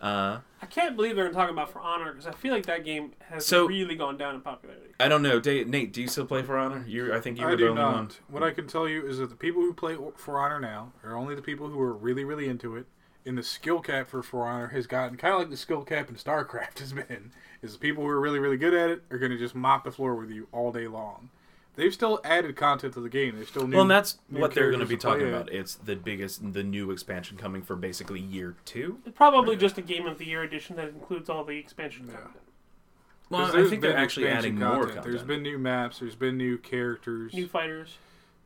Uh,
I can't believe they're talking about For Honor because I feel like that game has
So-
really gone down in popularity.
I don't know, Da- Nate. Do you still play For Honor? You, I think you were
I
the
do
only
not.
one.
What I can tell you is that the people who play For Honor now are only the people who are really, really into it. And the skill cap for For Honor has gotten kind of like the skill cap in StarCraft [LAUGHS] has been. Is the people who are really, really good at it are going to just mop the floor with you all day long. They've still added content to the game. They still new.
Well, and that's
new
what they're going to be
characters to play
talking
it.
about. It's the biggest, the new expansion coming for basically year two.
It's probably just a Game of the Year edition that includes all the expansion content.
Well,
'Cause
I
there's
think they're
been
actually adding
expansion
more
content.
content.
There's been new maps. There's been new characters.
New fighters.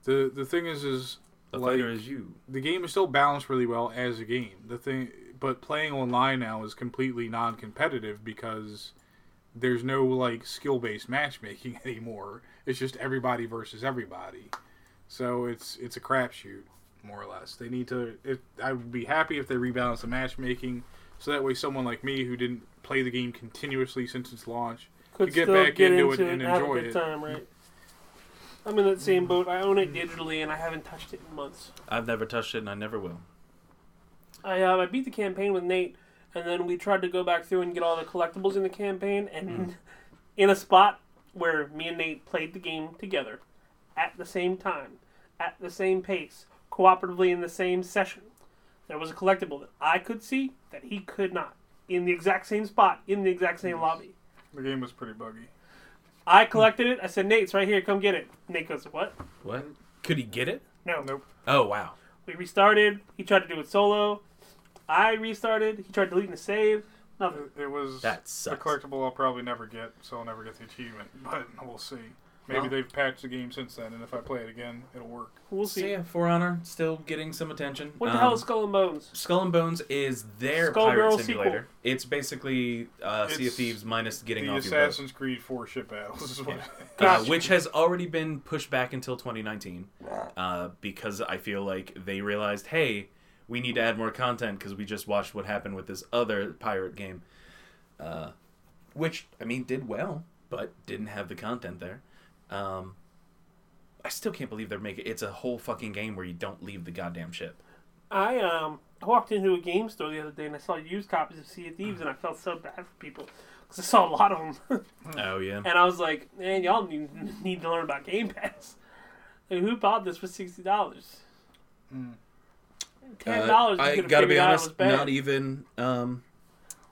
the the thing is, is
the
like-
fighter is you.
the game is still balanced really well as a game. The thing, but playing online now is completely non-competitive because there's no like skill-based matchmaking [LAUGHS] anymore. It's just everybody versus everybody. So it's it's a crapshoot more or less. They need to. It, I would be happy if they rebalance the matchmaking so that way someone like me who didn't play the game continuously since its launch.
Could
You get
still
back
get
into
into,
it
it
and
have a
enjoy
good
it.
time, right? I'm in that same boat. I own it digitally and I haven't touched it in months.
I've never touched it, and I never will.
I uh, I beat the campaign with Nate, and then we tried to go back through and get all the collectibles in the campaign, and in a spot where me and Nate played the game together, at the same time, at the same pace, cooperatively in the same session, there was a collectible that I could see that he could not, in the exact same spot, in the exact same lobby.
The game was pretty buggy.
I collected it. I said, Nate, it's right here. Come get it. Nate goes, what?
What? Could he get it?
No.
Nope.
Oh wow.
We restarted. He tried to do it solo. I restarted. He tried deleting the save. Nothing.
It, it was
That
a
sucks.
collectible I'll probably never get, so I'll never get the achievement. But we'll see. Maybe
Well-
they've patched the game since then, and if I play it again, it'll work.
We'll
So
see.
yeah, For Honor still getting some attention.
What the
Um,
hell is Skull and Bones?
Skull and Bones is their
Skull
pirate
Girl
simulator.
sequel.
It's basically uh, Sea of
It's
Thieves minus getting
the
off
Assassin's Creed 4 ship battles is what.
Yeah.
Creed.
your boat, [LAUGHS] uh,
Gotcha.
[LAUGHS]
which has already been pushed back until 2019 uh, because I feel like they realized, hey, we need to add more content because we just watched what happened with this other pirate game, uh, which I mean did well but didn't have the content there. Um, I still can't believe they're making it's a whole fucking game where you don't leave the goddamn ship.
I um I walked into a game store the other day and I saw used copies of Sea of Thieves and I felt so bad for people because I saw a lot of them
Oh yeah.
[LAUGHS] and I was like, man, y'all need, need to learn about Game Pass. [LAUGHS] Like, who bought this for sixty dollars?
Mm.
Ten dollars.
Hmm. Uh, I
you could
gotta
have
be
figured out it was
honest,
bad.
not even, um, [LAUGHS]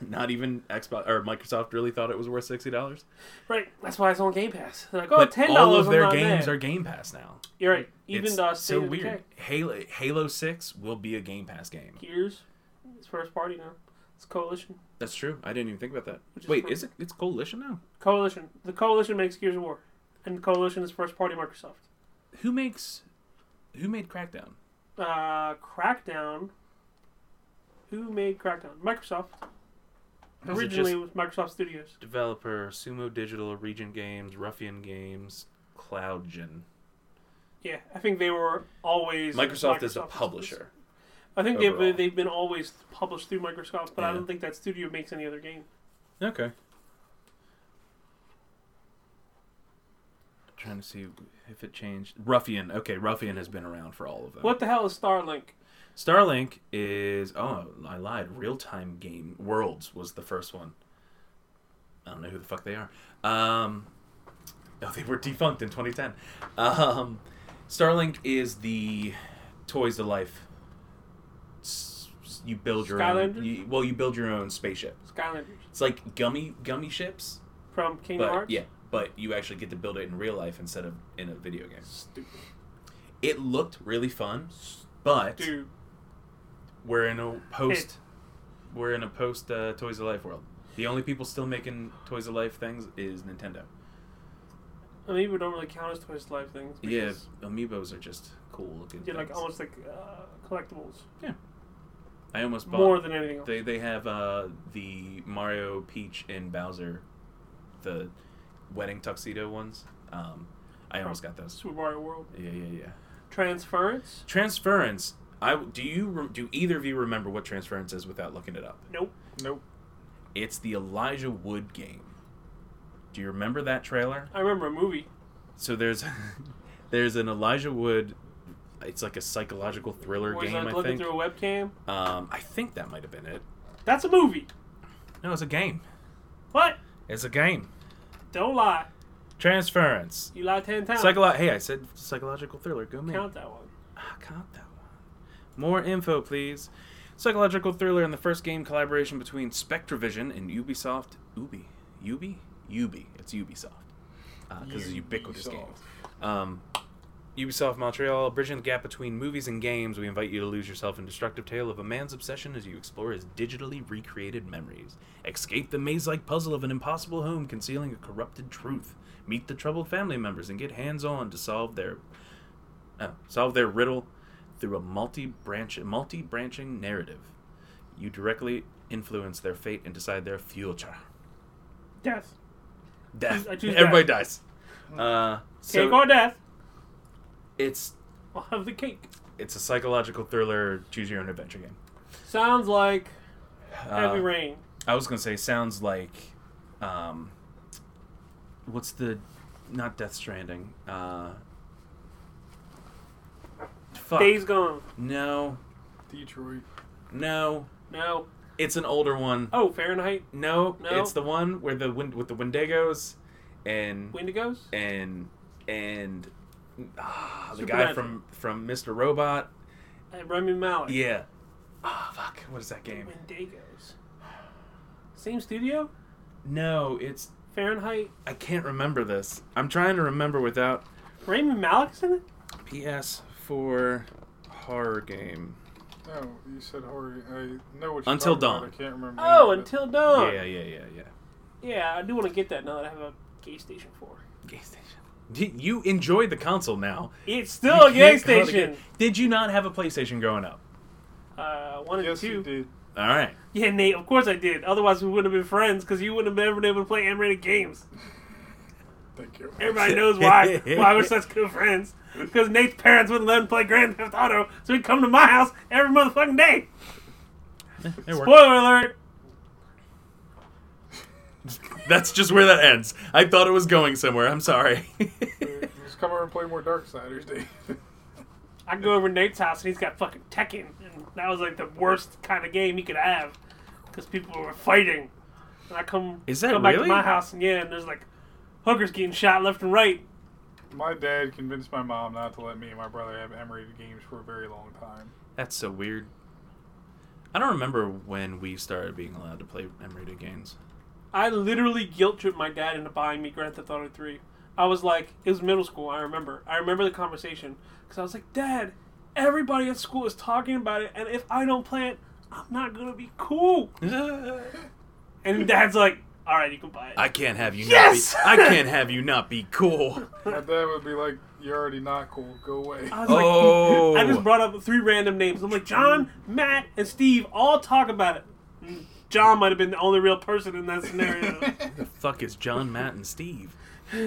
not even Xbox or Microsoft really thought it was worth sixty dollars.
Right. That's why it's on Game Pass. They're like, oh,
but
ten
all
dollars.
of their
not
games
there.
are Game Pass now.
You're right. Even
it's
the State
so
of
weird.
Decay.
Halo Halo Six will be a Game Pass game.
Gears. It's first party now. It's Coalition.
That's true. I didn't even think about that.
Which is
Wait,
pretty-
is it? It's Coalition now.
Coalition. The Coalition makes Gears of War, and Coalition is first party Microsoft.
Who makes? Who made Crackdown?
uh, Crackdown. Who made Crackdown? Microsoft.
Was it
Originally, it,
just-
was Microsoft Studios.
Developer Sumo Digital, Region Games, Ruffian Games, CloudGen.
Yeah, I think they were always
Microsoft, is a
Microsoft.
publisher.
I think they've
overall.
they've been always published through Microsoft, but I
Yeah.
don't think that studio makes any other game.
Okay. Trying to see if it changed. Ruffian. Okay, Ruffian has been around for all of them.
What the hell is Starlink?
Starlink is. Oh, I lied. Real time game. Worlds was the first one. I don't know who the fuck they are. Um, oh, they were defunct in 2010. Um, Starlink is the Toys to Life. S- s- You build your own.
Skylanders?
You, well, you build your own spaceship.
Skylanders
It's like gummy gummy ships,
from Kingdom
but
Hearts.
yeah, but you actually get to build it in real life instead of in a video game.
Stupid.
It looked really fun, but
Dude,
we're in a post we're in a post uh, Toys of Life world. The only people still making Toys of Life things is Nintendo.
I mean, we don't really count as toys live things.
Yeah,
because
amiibos are just cool looking.
they're like
things.
almost like uh, collectibles.
I almost bought.
more than anything else.
They they have uh, the Mario, Peach, and Bowser, the wedding tuxedo ones. Um, I almost got those.
Super Mario World
Yeah, yeah, yeah.
transference.
Transference. I do you re- do either of you remember what transference is without looking it up?
Nope.
Nope.
It's the Elijah Wood game. Do you remember that trailer?
I remember a movie.
So there's [LAUGHS] there's an Elijah Wood. It's like a psychological thriller
Where he's
game.
like
I
looking
think.
through a webcam.
Um, I think that might have been it.
That's a movie.
No, it's a game.
What?
It's a game.
Don't lie.
Transference.
You lie ten times.
Psycholo- hey, I said psychological thriller. Go me.
Count that one.
Ah, count that one. More info, please. Psychological thriller in the first game collaboration between Spectrovision and Ubisoft. Ubi. Ubi? Ubi. It's Ubisoft. Because it's ubiquitous
Ubisoft.
games. Um, Ubisoft Montreal, bridging the gap between movies and games, we invite you to lose yourself in destructive tale of a man's obsession as you explore his digitally recreated memories. Escape the maze-like puzzle of an impossible home concealing a corrupted truth. Meet the troubled family members and get hands-on to solve their uh, solve their riddle through a multi-branch multi-branching narrative. You directly influence their fate and decide their future.
Death.
Death.
I choose Hmm.
Everybody dies. Uh,
Cake
so
or death.
it's
I'll have the cake.
it's a psychological thriller, choose your own adventure game.
Sounds like heavy
Uh,
rain.
I was gonna say sounds like, um, what's the, not Death Stranding, uh, fuck,
Days gone.
no,
Detroit.
no,
No.
it's an older one.
Oh, Fahrenheit.
No,
No.
it's the one where the wind with the Wendigos, and
Wendigos.
and and ah, the
Supernatural.
guy from from Mr. Robot.
Uh, Remy Malik.
Yeah. Ah, fuck. What is that game?
Wendigos. Same studio.
No, it's
Fahrenheit.
I can't remember this. I'm trying to remember without
Raymond Malik's in it.
PS4 horror game.
No, you said horror. I know what. You're
Until
talking about,
Dawn.
I can't remember. the
Oh,
name of it.
Until Dawn.
Yeah, yeah, yeah, yeah.
Yeah, I do want to get that now that I have a gay station for.
Gay Station. Did you enjoy the console now?
It's still a
You
Oh, gay
can't call it
station.
gay- Did you not have a PlayStation growing up?
Uh, one and
Yes,
two.
you did.
All right.
Yeah, Nate. Of course I did. Otherwise we wouldn't have been friends because you wouldn't have ever been able to play M-rated games.
Thank you.
Everybody knows why. why we're such good friends. Because Nate's parents wouldn't let him play Grand Theft Auto, so he'd come to my house every motherfucking day.
It worked.
Spoiler alert.
That's just where that ends. I thought it was going somewhere. I'm sorry. [LAUGHS]
Just come over and play more Darksiders, Dave. [LAUGHS]
I go over to Nate's house and he's got fucking Tekken, and that was like the worst kind of game he could have, because people were fighting. And I come
Is that
come back
really?
to my house and yeah, and there's like hookers getting shot left and right.
my dad convinced my mom not to let me and my brother have M-rated games for a very long time.
That's so weird. I don't remember when we started being allowed to play M-rated
[LAUGHS]
games.
I literally guilt tripped my dad into buying me Grand Theft Auto 3. I was like, it was middle school, I remember. I remember the conversation. Because I was like, Dad, everybody at school is talking about it, and if I don't play it, I'm not going to be cool. And dad's like, all right, you can buy it.
I can't have you
Yes!
not be I can't have you not be cool.
My dad would be like, "You're already not cool. Go away."
I was
Oh.
[LAUGHS] like, I just brought up three random names. I'm like, John, Matt, and Steve all talk about it. Mm, John might have been the only real person in that scenario.
[LAUGHS] the fuck is John, Matt, and Steve?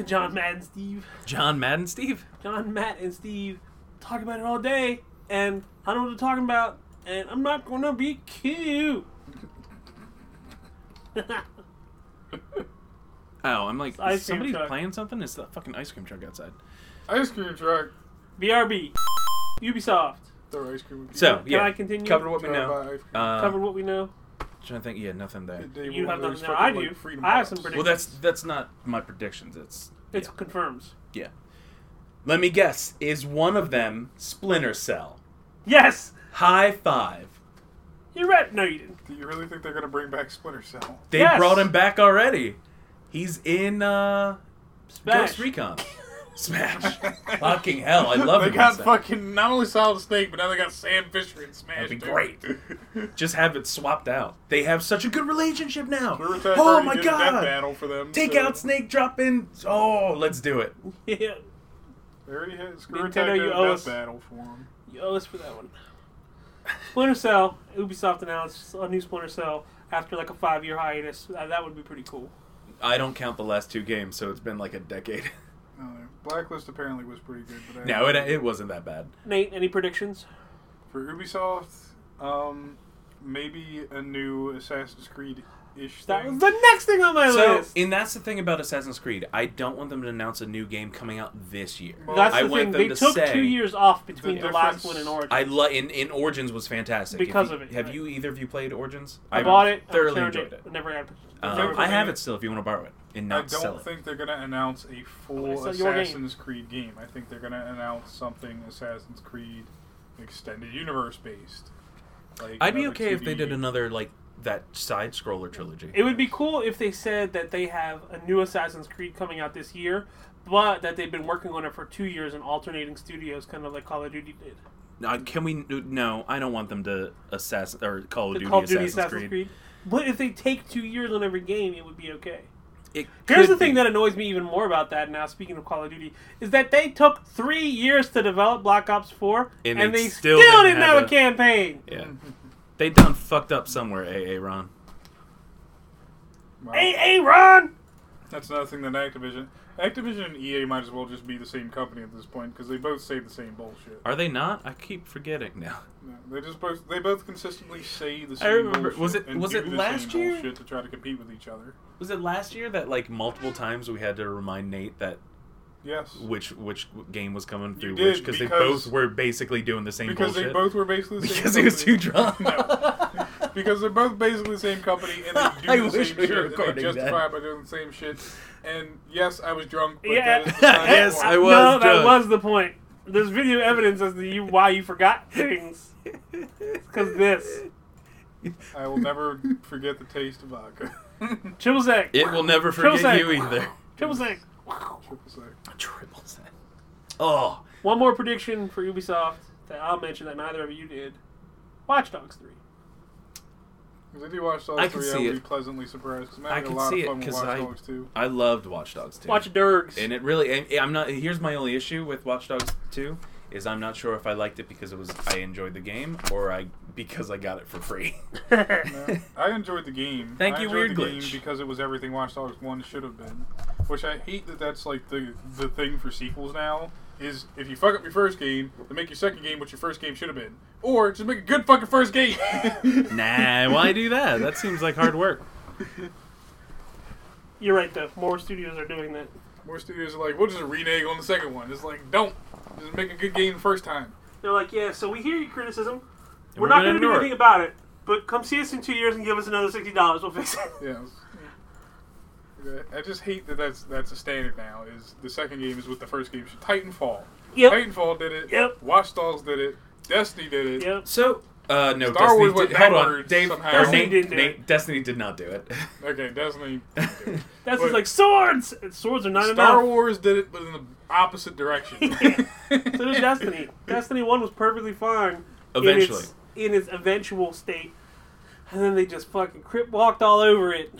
John, Matt, and Steve.
John, Matt, and Steve?
John, Matt, and Steve talk about it all day, and I don't know what they're talking about, and I'm not gonna be cute. [LAUGHS]
Oh, I'm like,
ice cream
is somebody
truck.
playing something? It's that fucking ice cream truck outside.
[LAUGHS] ice cream truck.
BRB. Ubisoft.
Throw ice cream. at
So,
people.
Can
yeah.
I continue?
Cover what we
Try to
know.
buy ice cream.
Uh,
Covered what we know.
trying to think. Yeah, nothing there.
They
you
were
have
those
nothing there. I
fucking,
do.
like, freedom
I have some
box.
predictions.
Well, that's that's not my predictions. It's
It confirms.
yeah. Let me guess. Is one of them Splinter Cell?
Yes!
High five.
You're right. No, you didn't.
Do you really think they're gonna bring back Splinter Cell?
They
Yes.
brought him back already. He's in uh,
Smash.
Ghost Recon. Smash. fucking hell, I love
[LAUGHS] They
it.
got fucking not only Solid Snake, but now they got Sam Fisher and Smash.
That'd be
too. [LAUGHS]
great. Just have it swapped out. They have such a good relationship now.
They were trying to
Oh
already
my
did a death
god.
battle for them.
Take
so-
out Snake, drop in. Oh, let's do it.
[LAUGHS] Yeah.
They already had Screw
Nintendo,
Attack did
you
a
owe
death
us.
battle for them.
You owe us for that one. Splinter Cell, Ubisoft announced a new Splinter Cell after like a five year hiatus. Uh, that would be pretty cool.
I don't count the last two games, so it's been like a decade. [LAUGHS]
Uh, Blacklist apparently was pretty good, but I
no, it, it wasn't that bad.
Nate, any predictions?
for Ubisoft, um, maybe a new Assassin's Creed ish thing.
That was the next thing on my
So,
list.
and that's the thing about Assassin's Creed. I don't want them to announce a new game coming out this year.
Well,
That's
I
the
want
thing.
them
They
to
took
say-
two years off between
The
the, last
difference-
one and Origin.
I lo- in, in Origins was fantastic If
Because
you-
of it,
Have
right.
you either of you played Origins?
I bought it. I
Thoroughly
returned
enjoyed it.
Never got.
Um,
Never
I have
played
it still if you want to borrow it and
I
not sell
don't
it.
think they're going to announce a
I
full
sell your game.
Assassin's Creed game. I think they're going to announce something Assassin's Creed extended universe based. Like
I'd be
another
okay if they
2D
did another like that side scroller trilogy.
It would be cool if they said that they have a new Assassin's Creed coming out this year, but that they've been working on it for two years in alternating studios, kind of like Call of Duty did.
Uh, can we? No, I don't want them to assassin or Call of
The
Duty,
Call of Duty
Assassin's,
Assassin's
Creed.
Creed. But if they take two years on every game, it would be okay.
It
Here's
could
the thing
be.
that annoys me even more about that now, speaking of Call of Duty, is that they took three years to develop Black Ops 4,
And
and,
they
they,
still
still,
didn't
didn't,
have
have
a-
a campaign.
yeah, they done fucked up somewhere. AA Ron.
Wow.
Hey, hey, Ron! [LAUGHS]
That's another thing that Activision, Activision and EA might as well just be the same company at this point because they both say the same bullshit.
Are they not? I keep forgetting now.
No, They just both they both consistently say the same.
remember-
Bullshit
was it-
and
was
do
it
the
last
same
year?
bullshit to try to compete with each other?
[LAUGHS] Was it last year that like multiple times we had to remind Nate that
Yes,
which which game was coming through
did,
which because they
because-
both were basically doing the same
because
bullshit.
they
[LAUGHS]
both were basically the same
because he was too
company.
drunk.
[LAUGHS] No. because they're both basically the same company
[LAUGHS]
and they do
I
the
wish
same
we were
shit. and they
recording
justify
that.
it by doing the same shit. And yes, I was drunk. But
[LAUGHS]
Yeah. [LAUGHS]
that is beside the
Yes,
point.
I was
no, that
drunk.
was the point. There's video evidence as to you, why you forgot things. Because this.
I will never forget the taste of vodka. [LAUGHS]
Triple Sec.
It will never
Triple
forget
sec.
you either.
Triple Sec.
Triple sec.
[LAUGHS] Triple sec. Oh,
One more prediction for Ubisoft that I'll mention that neither of you did. Watch Dogs 3.
If you watched all
I
three,
could
I
see
would be
it.
pleasantly surprised. 'cause I'm
I
having
could
a lot
see
of
it,
fun with
'cause
Watch
I-
Dogs too.
I loved Watch Dogs too.
Watch Dergs. [LAUGHS]
and it really and i'm not here's my only issue with watch dogs 2 is i'm not sure if i liked it because it was i enjoyed the game or i because i got it for free
No, I enjoyed the game.
Thank
I
you,
enjoyed
Weird
the
Glitch.
game because it was everything Watch Dogs One should have been. Which I hate that that's like the the thing for sequels now is if you fuck up your first game, then make your second game what your first game should have been, or just make a good fucking first
[LAUGHS]
game.
[LAUGHS] nah why do that that seems like hard work
You're right, though. More studios are doing that.
More studios are like, we'll just renege on the second one. It's like, don't just make a good game the first time.
They're like, yeah, so we hear your criticism.
And
We're, not
gonna
going to do
ignore
anything
it.
about it. But come see us in two years and give us another $60. We'll
[LAUGHS]
fix it.
Yeah. I just hate that that's that's a standard now. Is the second game is what the first game should. Titanfall.
Yep.
Titanfall did it.
Yep.
Watch Dogs did it. Destiny did it.
Yep.
so uh no
Star
destiny
Wars went
did, hold on
backwards
dave
somehow.
or
Destiny
Nate,
didn't do
Nate-
it.
destiny did not do it
Okay,
[LAUGHS]
Destiny.
That's
But-
just like swords. And swords are not
Star
enough.
Wars did it, but in the opposite direction.
[LAUGHS] So did
[LAUGHS]
Destiny. Destiny 1 was perfectly fine.
Eventually.
In its, in its eventual state. And then they just fucking crip walked all over it.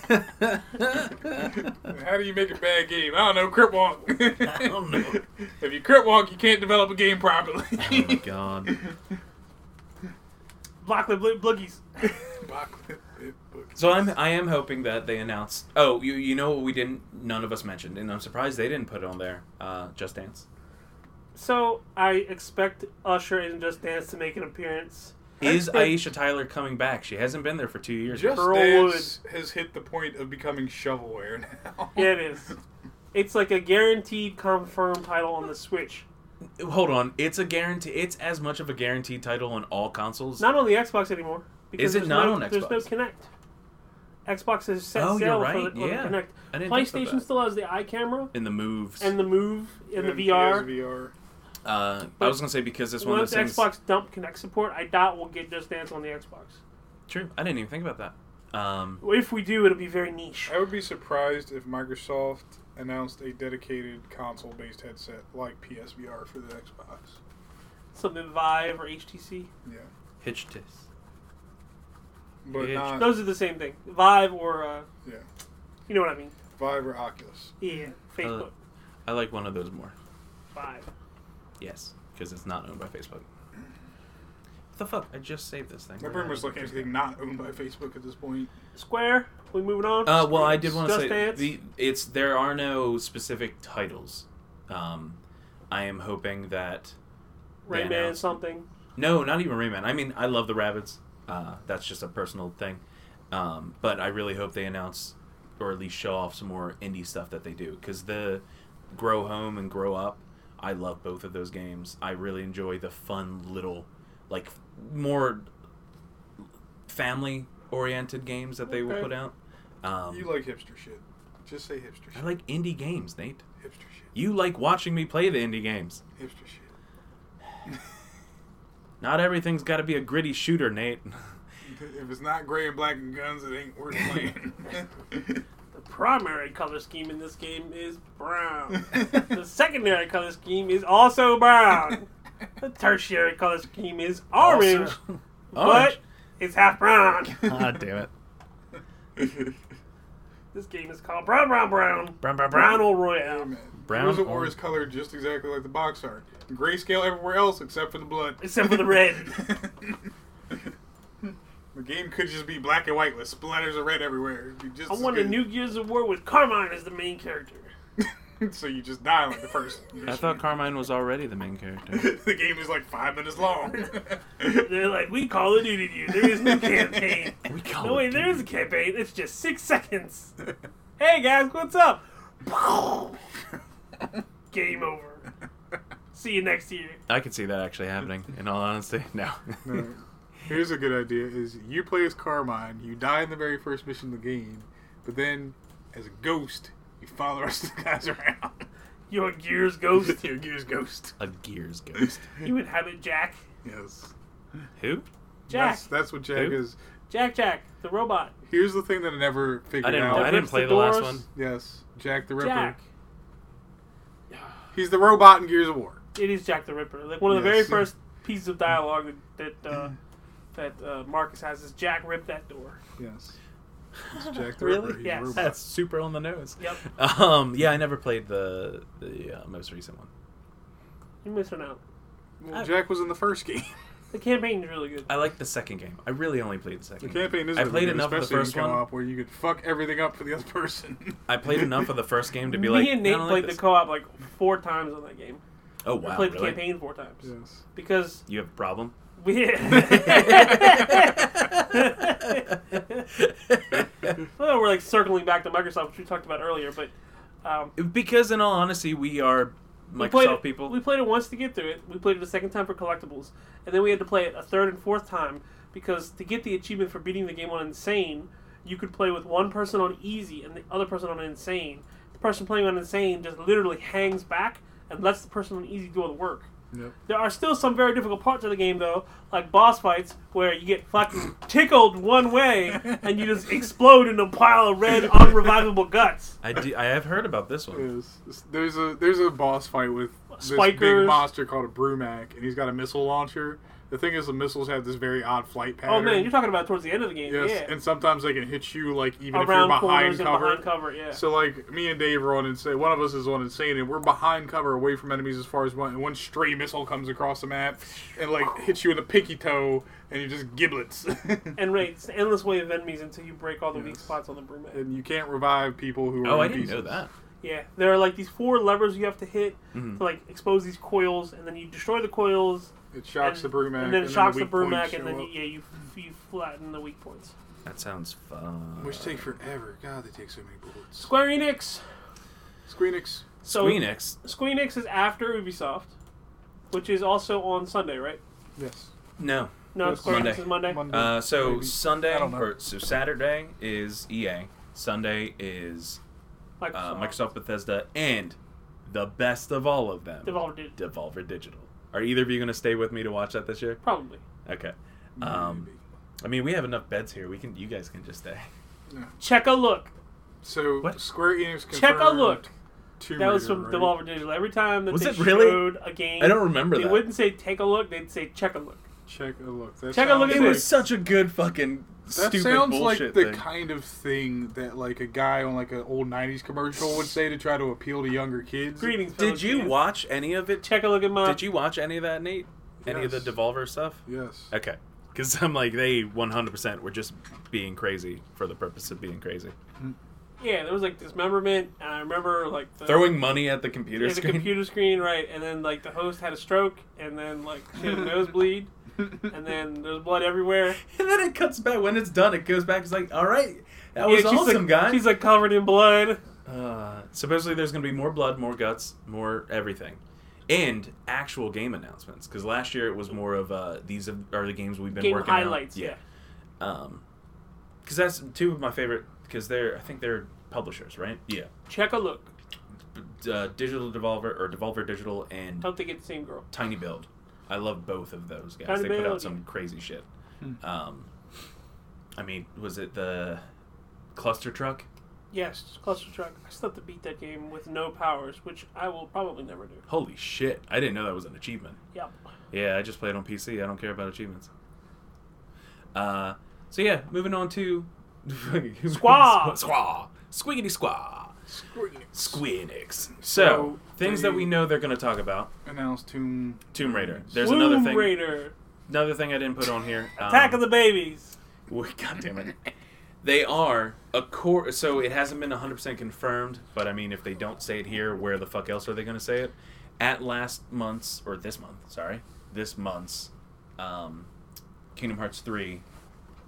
[LAUGHS]
How do you make a bad game? I don't know. Crip walk.
i don't know
[LAUGHS] if you crip walk, you can't develop a
[LAUGHS]
game properly.
[LAUGHS] oh my god
Block the bl-
[LAUGHS]
bloogies.
so i'm i am hoping that they announced oh you you know what we didn't none of us mentioned and i'm surprised they didn't put it on there uh just dance
So I expect Usher and Just Dance to make an
[LAUGHS]
appearance.
is
think-
Aisha Tyler coming back? She hasn't been there for two years.
Just
Pearl
Dance has hit the point of becoming shovelware now.
[LAUGHS] Yeah, it is. It's like a guaranteed confirmed title on the Switch.
Hold on, it's a guarantee. It's as much of a guaranteed title on all consoles.
Not on the Xbox anymore. Because
Is it
there's
not
no,
on
There's no
Xbox?
Connect. Xbox has set
Oh, you're
sail
right,
for the, on
yeah.
the Connect.
I didn't think about
PlayStation
that.
still has the eye camera
in the moves.
and the Move and, the
Nvidia's
VR.
VR.
uh, I
but-
was gonna say because it's one of
Once
those things.
Xbox dump Connect support, I doubt we'll get Just Dance on the Xbox.
True, I didn't even think about that. Um,
If we do, it'll be very niche.
I would be surprised if Microsoft announced a dedicated console-based headset like PSVR for the Xbox.
Something Vive or HTC.
Yeah,
hitch tis.
but
Yeah.
not
Those are the same thing. Vive or, uh,
Yeah.
you know what I mean.
Vive or Oculus.
Uh,
Yeah, Facebook.
I like one of those more.
Vive.
Yes, because it's not owned by Facebook. What the fuck? I just saved this thing.
My brain was like anything not owned by Facebook at this point.
Square. We moving on.
Uh, well, I did want to
Just
say
Dance?
the it's there are no specific titles. Um, I am hoping that they
Rayman
announced-
something.
No, not even Rayman. I mean, I love the rabbits. Uh, that's just a personal thing. Um, but I really hope they announce or at least show off some more indie stuff that they do because the Grow Home and Grow Up. I love both of those games. I really enjoy the fun little, like more family-oriented games that they will
Okay.
put out. Um,
you like hipster shit. Just say hipster
I
shit.
like indie games, Nate.
hipster shit.
You like watching me play the indie games.
Hipster shit. [LAUGHS]
Not everything's got to be a gritty shooter, Nate. [LAUGHS]
If it's not gray and black and guns, it ain't worth playing.
[LAUGHS] The primary color scheme in this game is
[LAUGHS]
brown. the secondary color scheme is also brown. The tertiary color scheme is orange,
Also-
but it's half brown.
Ah, damn it.
[LAUGHS]
this game is called Brown Brown Brown
Brown, brown,
Brown
brown.
Old Royale.
Brown
Brown. Rose of
or-
War is colored just exactly like the box art. Grayscale everywhere else except for the blood.
Except for the red.
[LAUGHS] the game could just be black and white with splatters of red everywhere. It'd be just
I
as
want a
good.
new Gears of War with Carmine as the main character.
[LAUGHS] so you just die like the first.
[LAUGHS] I thought Carmine was already the main character.
[LAUGHS] the game is like five minutes long.
They're like, we Call of Duty you. There is no campaign.
We call
No, wait,
it
there is a campaign. It's just six [LAUGHS] seconds. hey, guys, what's up? Game over. See you next year.
I could see that actually happening. In all honesty, [LAUGHS] no.
[LAUGHS] Here's a good idea: is you play as Carmine, you die in the very first mission of the game, but then as a ghost, you follow the rest of the guys around.
You're a Gears
[LAUGHS]
Ghost.
Your gear's ghost.
a Gears ghost.
You inhabit Jack.
[LAUGHS] Yes.
Who?
Jack.
That's, that's what Jag
Who?
is.
Jack Jack, the robot.
Here's the thing that I never figured
I didn't.
out.
I didn't
rips
play
the
the, last
doors.
one.
Yes, Jack the Ripper.
Jack.
He's the robot in Gears of War.
It is Jack the Ripper. Like one of the
Yes.
very first pieces of dialogue that that, uh, that uh, Marcus has is Jack ripped that door.
Yes.
[LAUGHS]
It's Jack the
Really?
Ripper. He's
Yes.
a robot.
That's super on the nose.
Yep.
Um. Yeah, I never played the the uh, most recent one.
You're missing out. Oh.
Well, Jack was in the first game. [LAUGHS]
The campaign is really good.
I liked the second game. I really only played the
The
second. game.
campaign is.
I
really
played
good,
enough of the
especially in
first one.
co-op where you could fuck everything up for the other [LAUGHS] person.
I played enough
[LAUGHS]
of the first game to be
[LAUGHS] Me
like.
and Nate
"I don't like
played
this."
the co-op like four times on that game.
Oh
we
wow!
played
really?
the campaign four times
Yes.
because
You have a problem. [LAUGHS]
we. [LAUGHS] [LAUGHS]
[LAUGHS]
well, we're like circling back to Microsoft, which we talked about earlier, but um,
because, in all honesty, we are
we played
Microsoft
it-
people.
We played it once to get through it. We played it a second time for collectibles, and then we had to play it a third and fourth time because to get the achievement for beating the game on insane, you could play with one person on easy and the other person on insane. The person playing on insane just literally hangs back and lets the person on easy do all the work.
Yep.
There are still some very difficult parts of the game, though, like boss fights where you get fucking tickled one way and you just explode in a pile of red, unrevivable guts.
I, do, I have heard about this
Mm.
one.
Yes. There's a there's a boss fight with this
Spikers.
big monster called a Brumac, and he's got a missile launcher. The thing is, the missiles have this very odd flight
Oh
pattern.
man, you're talking about towards the end of the game,
yes,
yeah.
and sometimes they can hit you like even if you're
Around
behind
corners and
cover.
behind cover, yeah.
So like me and Dave are on insane. One of us is on insane, and we're behind cover, away from enemies as far as one. And one stray missile comes across the map, and like hits you in the pinky toe, and you just giblets. [LAUGHS]
and right, it's an endless wave of enemies until you break all the weak
Yes.
spots on the brewmat.
and you can't revive people who are.
Oh,
in
I didn't
pieces.
know that.
Yeah, there are like these four levers you have to hit
Mm-hmm.
to like expose these coils, and then you destroy the coils,
It shocks
and,
the Brumac,
and then it shocks the
weak points
brewmac, and
show
then
up.
yeah, you you flatten the weak points.
That sounds fun.
Which take forever. God, they take so many bullets.
Square Enix.
Squeenix.
So
Squeenix.
Square Enix is after Ubisoft, which is also on Sunday, right?
Yes.
No.
No,
Yes.
Square Enix
Monday.
is Monday.
Monday.
Uh, so
Maybe.
Sunday
I don't know.
or so Saturday is EA. Sunday is
Microsoft.
uh, Microsoft Bethesda and the best of all of them,
Devolver did
Devolver Digital. Are either of you going to stay with me to watch that this year?
probably.
Okay. Um, I mean, we have enough beds here. We can. You guys can just stay.
Check a look.
so
What?
Square Enix confirmed
Check a look.
Tomb
That was
Raider,
from
right?
Devolver Digital. Every time that
Was
they
it really?
showed a game,
I don't remember
they
that.
wouldn't say take a look. They'd say check a look.
Check a look. That
Check a look
sounds
at
It
Like-
was such a good fucking
That
stupid
sounds like
bullshit
the
thing.
kind of thing that like a guy on like an old '90s commercial would say to try to appeal to younger kids.
Greetings. fellow
Did you
kids.
watch any of it?
Check a look at my.
Did you watch any of that, Nate? Any of the
Yes.
Devolver stuff?
Yes. [LAUGHS]
Okay. Because I'm like, they 100% were just being crazy for the purpose of being crazy.
Yeah, there was like dismemberment. And I remember like the,
Throwing money at the computer
yeah, the
screen.
computer screen, right? And then like the host had a stroke, and then like she had a nosebleed, and then there's blood everywhere.
[LAUGHS] And then it cuts back. When it's done, it goes back. It's like, all right, that was
Yeah, she's,
awesome,
like,
guys.
She's like covered in blood.
Uh, supposedly, there's going to be more blood, more guts, more everything, and actual game announcements. Because last year it was more of uh, these are the games we've been
Game
working
highlights.
Out.
Yeah.
Um, because that's two of my favorite. Because they're I think they're publishers, right? Yeah.
Check a look.
Uh, Digital Devolver or Devolver Digital and
Don't think it's the same girl.
Tiny Build. I love both of those guys.
Tiny
they put
Build,
out some crazy shit. Um, I mean, was it the Cluster Truck?
Yes, cluster truck. I still have to beat that game with no powers, which I will probably never do.
Holy shit! I didn't know that was an achievement.
Yep.
Yeah, I just played on PC. I don't care about achievements. Uh, so yeah, moving on to [LAUGHS]
Squaw!
squaw, squiggity squaw, squeenix. So
So,
things
the-
that we know they're going to talk about.
Announced Tomb.
Tomb Raider. There's
Womb
another thing.
Raider.
Another thing I didn't put on here. Um,
Attack of the babies.
Wait, God damn it. They are a core. So it hasn't been 100% confirmed, but I mean, if they don't say it here, where the fuck else are they going to say it? At last month's, or this month, sorry, this month's um, Kingdom Hearts 3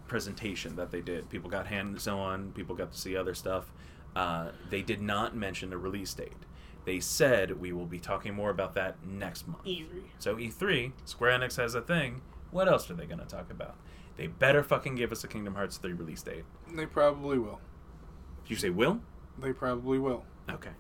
presentation that they did. People got hands on, people got to see other stuff. Uh, they did not mention a release date. They said we will be talking more about that next month.
E3.
So E3, Square Enix has a thing. What else are they going to talk about? They better fucking give us a Kingdom Hearts 3 release date.
They probably will.
Did you say will?
They probably will
Okay.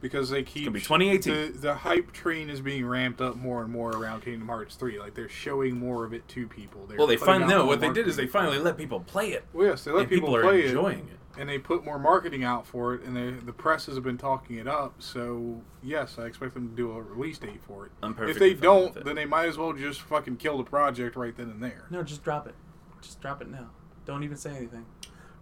because they keep
gonna be 2018.
The, the hype train is being ramped up more and more around Kingdom Hearts three. Like they're showing more of it to people. They're
Well, they
putting
finally
out
no.
more
What they did is they
marketing.
finally let people play it.
Well, yes, they let
and people, are
play it.
enjoying it.
and they put more marketing out for it, and they, the press has been talking it up. So yes, I expect them to do a release date for it.
I'm
If
perfectly
they
fine
don't,
with it.
then they might as well just fucking kill the project right then and there.
No, just drop it. Just drop it now. Don't even say anything.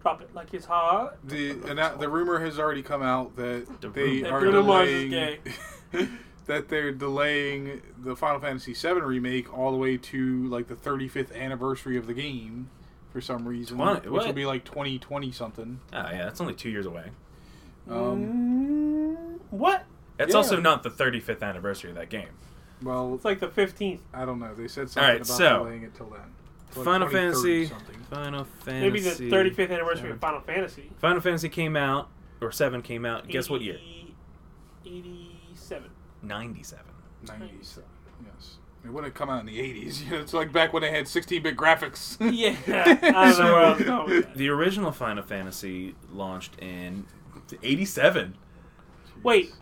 Drop it like it's hot.
The and that, the rumor has already come out that
The
they
rumor.
are
Bruno Mars is
[LAUGHS] delaying that they're delaying the Final Fantasy VII remake all the way to like the 35th anniversary of the game for some reason,
Twenty-
which will
what?
be like 2020 something.
Oh yeah, that's only two years away.
Um,
Mm, what?
It's
Yeah.
also not the 35th anniversary of that game.
well,
It's like the 15th.
I don't know. They said something
Alright,
about
so-
delaying it till then. Till, like,
Final Fantasy.
2030 something.
Final Fantasy.
Maybe the 35th anniversary of Final Fantasy.
Final Fantasy came out or seven came out. Guess what year?
80
[LAUGHS]
87.
97.
90s. Yes. It wouldn't come out in the 80s. You know, [LAUGHS] it's like back when they had 16-bit graphics.
[LAUGHS]
[LAUGHS]
Yeah, I don't know where I was going with that.
The original Final Fantasy launched in 87.
Wait,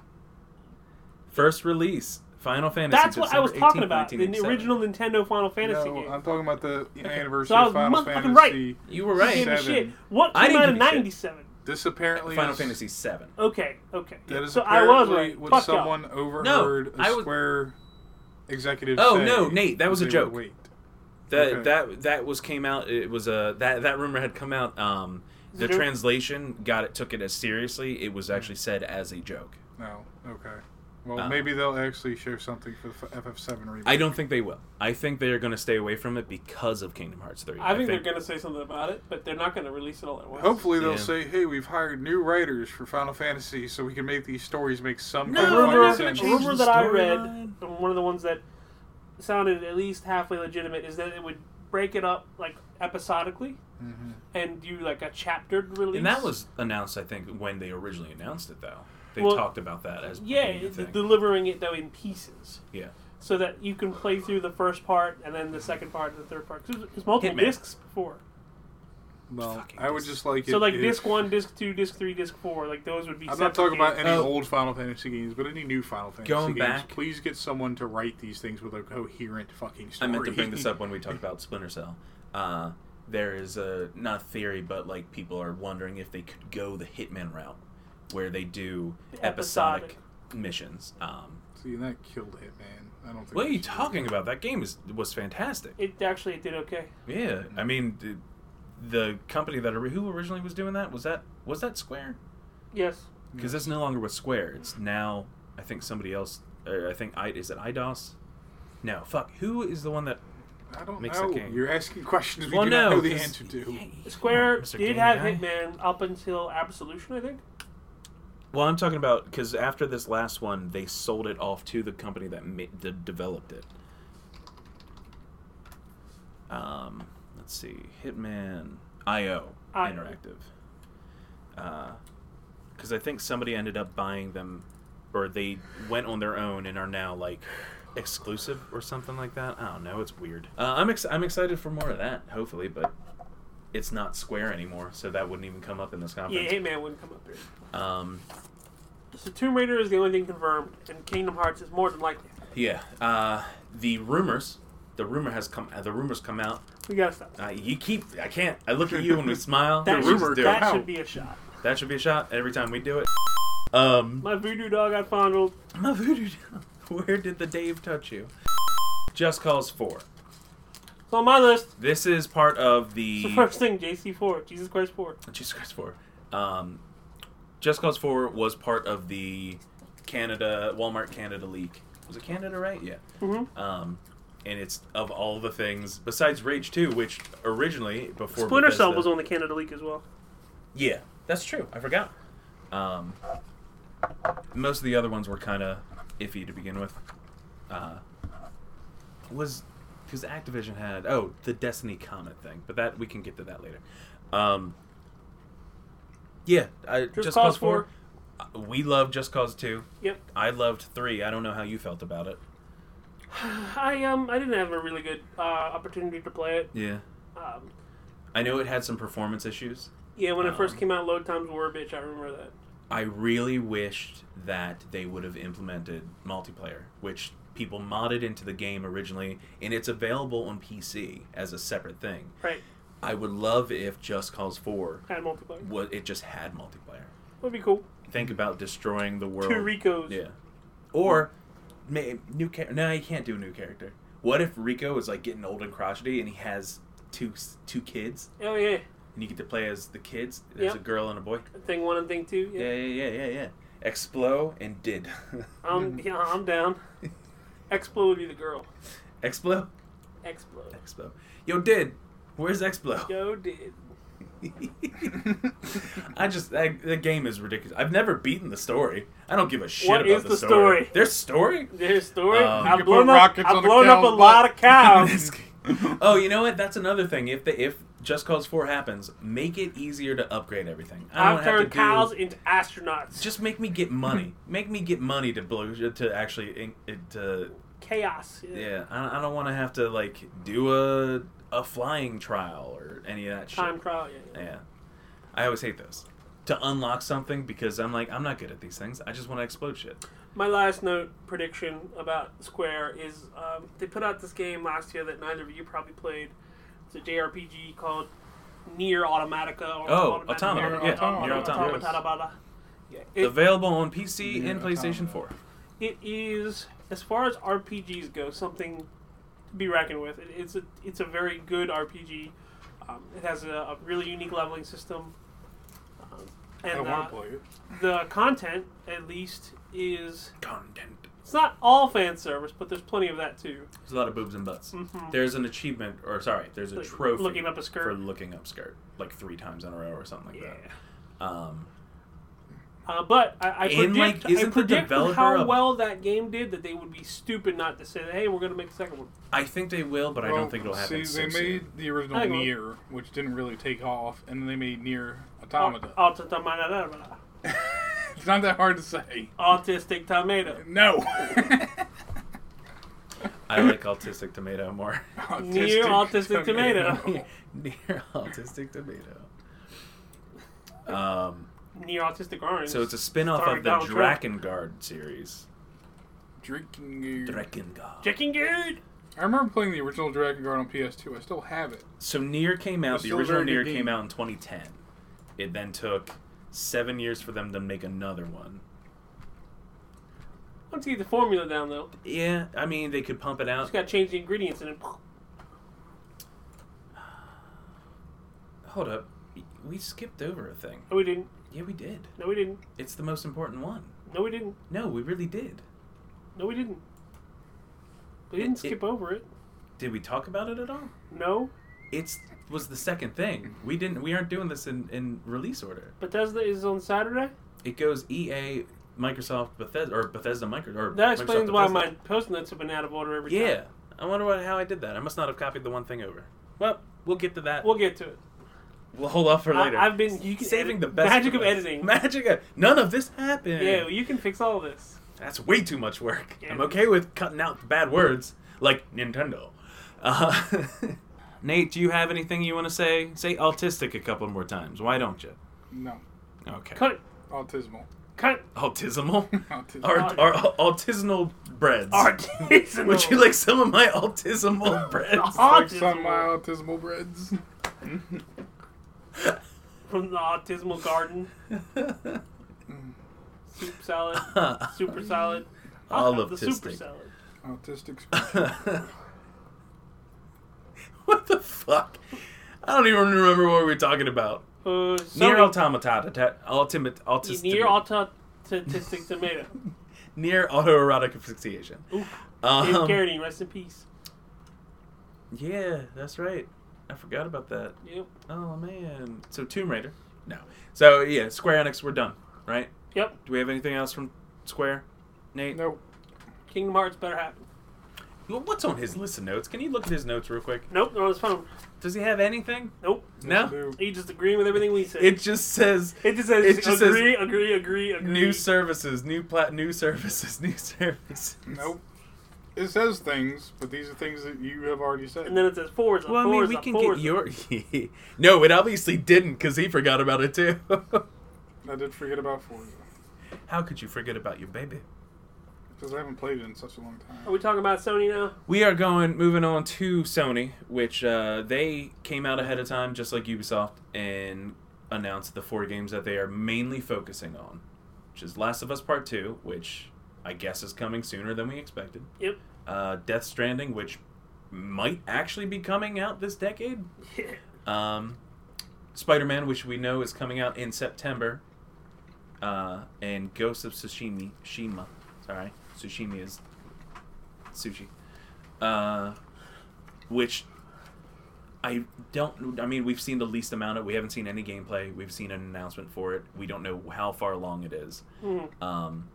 First release, Final Fantasy.
that's what I was
December
talking
18th,
about. The
1987.
original Nintendo Final Fantasy
No,
game.
I'm talking about the anniversary
So I was
of Final
motherfucking
Fantasy.
right.
You were
You gave me
right.
Seven.
shit. What
I
came
didn't
out in
give a shit.
97?
This apparently
Final
is,
Fantasy 7.
Okay, okay.
That is
so I was
apparently
right.
what
Fuck y'all.
someone overheard
I
a
was-
Square executive
Oh,
say
no, Nate, that was a
they would
joke.
Wait.
That
Okay.
that that was came out. It was a that that rumor had come out. Um,
Is
the
it a-
translation got it took it as seriously. It was actually said as a joke.
No, okay. Well,
Uh.
maybe they'll actually show something for the FF7 remake.
I don't think they will. I think they are going to stay away from it because of Kingdom Hearts three.
I think they're going to say something about it, but they're not going to release it all at once.
Hopefully they'll
Yeah.
say, "Hey, we've hired new writers for Final Fantasy, so we can make these stories make some
No,
A
kind
they're
of
rumor,
fucking
not
a
gonna
sense."
change
rumor
the
that I read,
storyline.
and one of the ones that sounded at least halfway legitimate, is that it would break it up like episodically
Mm-hmm.
and do like a chaptered release.
And that was announced, I think, when they originally announced it, though. They
Well,
talked about that as
yeah,
being a
it-
thing.
delivering it though in pieces,
yeah.
so that you can play through the first part and then the second part and the third part. 'Cause There's multiple
Hitman.
discs before,
Well,
Fucking
I would
dis-
just like
so
it
like
if-
disc one, disc two, disc three, disc four. Like those would be.
I'm
separate
not talking about
games.
any
Oh.
old Final Fantasy games, but any new Final Fantasy
Going
games.
back-
Please get someone to write these things with a coherent fucking
I
story.
meant to bring this
[LAUGHS]
up when we talked about Splinter Cell. Uh, there is a, not theory, but like people are wondering if they could go the Hitman route, where they do episodic,
Episodic.
missions. Um,
See, and that killed Hitman. I don't think.
what are
they
you
should do
talking about? That game is was fantastic.
It actually it did okay.
Yeah, I mean, th- the company that ori- who originally was doing that was that was that Square?
Yes.
Because that's no longer with Square. It's now I think somebody else. Or I think I is it IDOS? No, fuck. Who is the one that?
I don't
Makes
know.
the game.
You're asking questions we
well,
do
no,
not know the
'cause-
answer to.
Square
Mr.
did
Game
have
Guy?
Hitman up until Absolution, I think.
Well, I'm talking about because after this last one, they sold it off to the company that, ma- that developed it. Um, let's see, Hitman IO
I-
Interactive. Because I think somebody ended up buying them, or they went on their own and are now like exclusive or something like that. I don't know. It's weird. Uh, I'm ex- I'm excited for more of that. Hopefully, but it's not Square anymore, so that wouldn't even come up in this
Yeah,
conference.
Hitman wouldn't come up here.
Um,
So Tomb Raider is the only thing confirmed, and Kingdom Hearts is more than likely.
Yeah. Uh, the rumors. The rumor has come. Uh, the rumors come out.
We gotta stop.
Uh, you keep. I can't. I look at you and we smile.
[LAUGHS] That,
the
should,
rumors do.
that
That,
How?
should be a shot.
should be a shot every time we do it. Um,
My voodoo dog got fondled.
my voodoo. doll. [LAUGHS] Where did the Dave touch you? Just Cause Four.
It's on my list.
This is part of
It's
the
the first thing, JC4, Jesus Christ 4.
Jesus Christ Four. Um, Just Cause Four was part of the Canada Walmart Canada leak. Was it Canada, right? Yeah.
Mhm.
Um, and it's of all the things besides Rage Two, which originally before
Splinter Cell
Bethesda-
was on the Canada League as well.
Yeah, that's true. I forgot. Um, most of the other ones were kind of iffy to begin with. Uh, was because Activision had oh the Destiny Comet thing, but that we can get to that later. Um, yeah, I, just,
Just
Cause,
Cause
4. uh, We loved Just Cause Two.
Yep. [SIGHS]
I loved Three. I don't know how you felt about it.
I um I didn't have a really good uh, opportunity to play it.
Yeah,
Um,
I know it had some performance issues.
yeah, when it first
Um,
came out, load times were a bitch. I remember that.
I really wished that they would have implemented multiplayer, which people modded into the game originally, and it's available on PC as a separate thing.
Right,
I would love if Just Cause 4
had multiplayer.
what it just had multiplayer.
Would be cool.
Think about destroying the world.
Two Ricos.
Yeah. Or may, new character. No, you can't do a new character. What if Rico is like getting old and crotchety and he has two s- two kids
Oh yeah,
and you get to play as the kids? There's
Yep.
a girl and a boy.
thing one and thing two. Yeah.
Yeah, yeah, yeah, yeah, yeah. Explo and [LAUGHS] did.
I'm yeah, I'm
[LAUGHS]
down. Explo would be the girl.
Explo?
Explo.
Explo. Yo, did. Where's Explo?
Yo, did.
[LAUGHS] I just that, that game is ridiculous. I've never beaten the story. I don't give a shit
What
about
is
the,
the
story.
story?
There's story.
There's story.
Um,
You
I've
put
blown up.
rockets on
I've
a
blown up a
cow's
lot
butt. [LAUGHS]
of
[LAUGHS]
cows.
This game- oh, you know what? That's another thing. If the if Just Cause Four happens, make it easier to upgrade everything. I don't have
I've
to
turned
do-
cows into astronauts.
Just make me get money. make me get money to blow to actually in- to
Chaos.
yeah. I, I don't want to have to like do a a flying trial or any of that shit.
Time trial. Yeah. yeah.
Yeah. I always hate those. To unlock something because I'm like, I'm not good at these things. I just want to explode shit.
My last note prediction about Square is um, they put out this game last year that neither of you probably played. It's a JRPG called Near Automatica. Or
Oh,
Automata-
Automata,
Near
yeah,
Automata.
Near Automata.
Automata, blah, blah. Yeah, it,
Available on PC
Yeah,
and PlayStation
Automata.
4.
it is, as far as RPGs go, something to be reckoned with. It, it's a it's a very good RPG. Um, it has a, a really unique leveling system. Um,
I
and uh,
want to play it.
the content, at least, is
Content.
it's not all fan service, but there's plenty of that too.
There's a lot of boobs and butts.
Mhm.
There's an achievement, or sorry, there's a
Like,
trophy
looking up a
for
skirt.
looking up skirt like three times in a row or something like
Yeah.
that. Um,
Uh, but I, I
And,
predict,
like, isn't
I
the
predict with
developer
how
a-
well that game did that they would be stupid not to say, "Hey, we're going to make a second one."
I think they will, but I
Well,
don't think it'll happen.
See,
so
they
soon.
[LAUGHS]
made the original
I will.
Nier, which didn't really take off, and then they made Nier Automata.
Autistic tomato.
[LAUGHS] It's not that hard to say.
Autistic tomato. [LAUGHS]
No.
I like Autistic Tomato
[LAUGHS]
more. [LAUGHS]
Near autistic tomato.
Near Autistic
[LAUGHS]
Tomato. Um,
Near autistic orange.
so it's a spin off
Sorry,
of the
Donald Trump.
Drakengard series.
Drinking you.
Drakengard.
chicken good.
I remember playing the original Dragon Guard on PS2. I still have it.
So Near came out.
It's
The
still a
original
very
Near
good
came
game.
out in 2010. It then took seven years for them to make another one.
Once you get the formula down, though,
Yeah, I mean they could pump it
just
out.
got to change the ingredients in it.
Oh, Hold up. We skipped over a thing.
No, we didn't.
Yeah, we did.
No, we didn't.
It's the most important one.
No, we didn't.
No, we really did.
No, we didn't. We didn't
It- it-
skip over it.
Did we talk about it at all?
No,
It's was the second thing. We didn't. We aren't doing this in in release order.
Bethesda is on Saturday.
It goes EA, Microsoft, Bethesda, or Bethesda Micro. Or
That
Microsoft
explains why
Bethesda.
my post notes have been out of order every
Yeah,
time.
I wonder what, how I did that. I must not have copied the one thing over. Well, we'll get to that.
We'll get to it.
We'll hold off for later.
I, have been you can
saving
edit-
the best
magic
for
of
last.
editing.
Magic. Of, none of this happened.
yeah, well, you can fix all this.
That's way too much work.
Yeah.
I'm okay with cutting out bad words like Nintendo. Uh, [LAUGHS] Nate, do you have anything you want to say? Say autistic a couple more times. Why don't you?
No.
Okay.
Cut,
Autismal. [LAUGHS]
cut.
Autismal?
[LAUGHS]
Autismal.
or, or autismal breads.
Artisanal.
Would you like some of my
[LAUGHS]
autismal breads? [LAUGHS]
like
autismal.
some of my autismal breads.
from the autismal garden? Soup salad,
[LAUGHS]
super salad. I'll
All
have
of
the super
tistic.
salad.
Autistic.
[LAUGHS] what the fuck? I don't even remember what we were talking about.
Uh, so
Near automata, ta- ultimate autistic,
near
[LAUGHS]
autistic tomato.
near autoerotic asphyxiation.
Oof. Dave
Um,
Carradine, rest in peace.
yeah, that's right. I forgot about that.
Yep.
Oh man. So Tomb Raider. No. So yeah, Square Enix, we're done, right?
Yep.
Do we have anything else from Square? Nate.
nope.
Kingdom Hearts better happen.
Well, What's on his list of notes? Can you look at his notes real quick?
Nope, not on his phone.
Does he have anything?
Nope.
No.
Do.
He just agreeing with everything we said.
It just says
It just says
It just says-
agree, agree, agree, agree.
new services, new plat, new services, [LAUGHS] new services.
Nope. It says things, but these are things that you have already said.
and then it says Forza.
Well, I
Forza,
mean, we can
Forza.
get your. [LAUGHS] no, it obviously didn't because he forgot about it too. [LAUGHS]
I did forget about Forza
How could you forget about your baby?
because I haven't played it in such a long
Are
time.
we talking about Sony now?
We are going moving on to Sony, which uh, they came out ahead of time, just like Ubisoft, and announced the four games that they are mainly focusing on, which is Last of Us Part Two, which I guess is coming sooner than we expected.
Yep. [LAUGHS]
Uh, Death Stranding, which might actually be coming out this decade.
Yeah.
Um, Spider Man, which we know is coming out in September, uh, and Ghost of Tsushima. Shima, sorry, Tsushima is sushi, uh, which I don't. I mean, we've seen the least amount of. We haven't seen any gameplay. We've seen an announcement for it. We don't know how far long it is.
Mhm.
Um,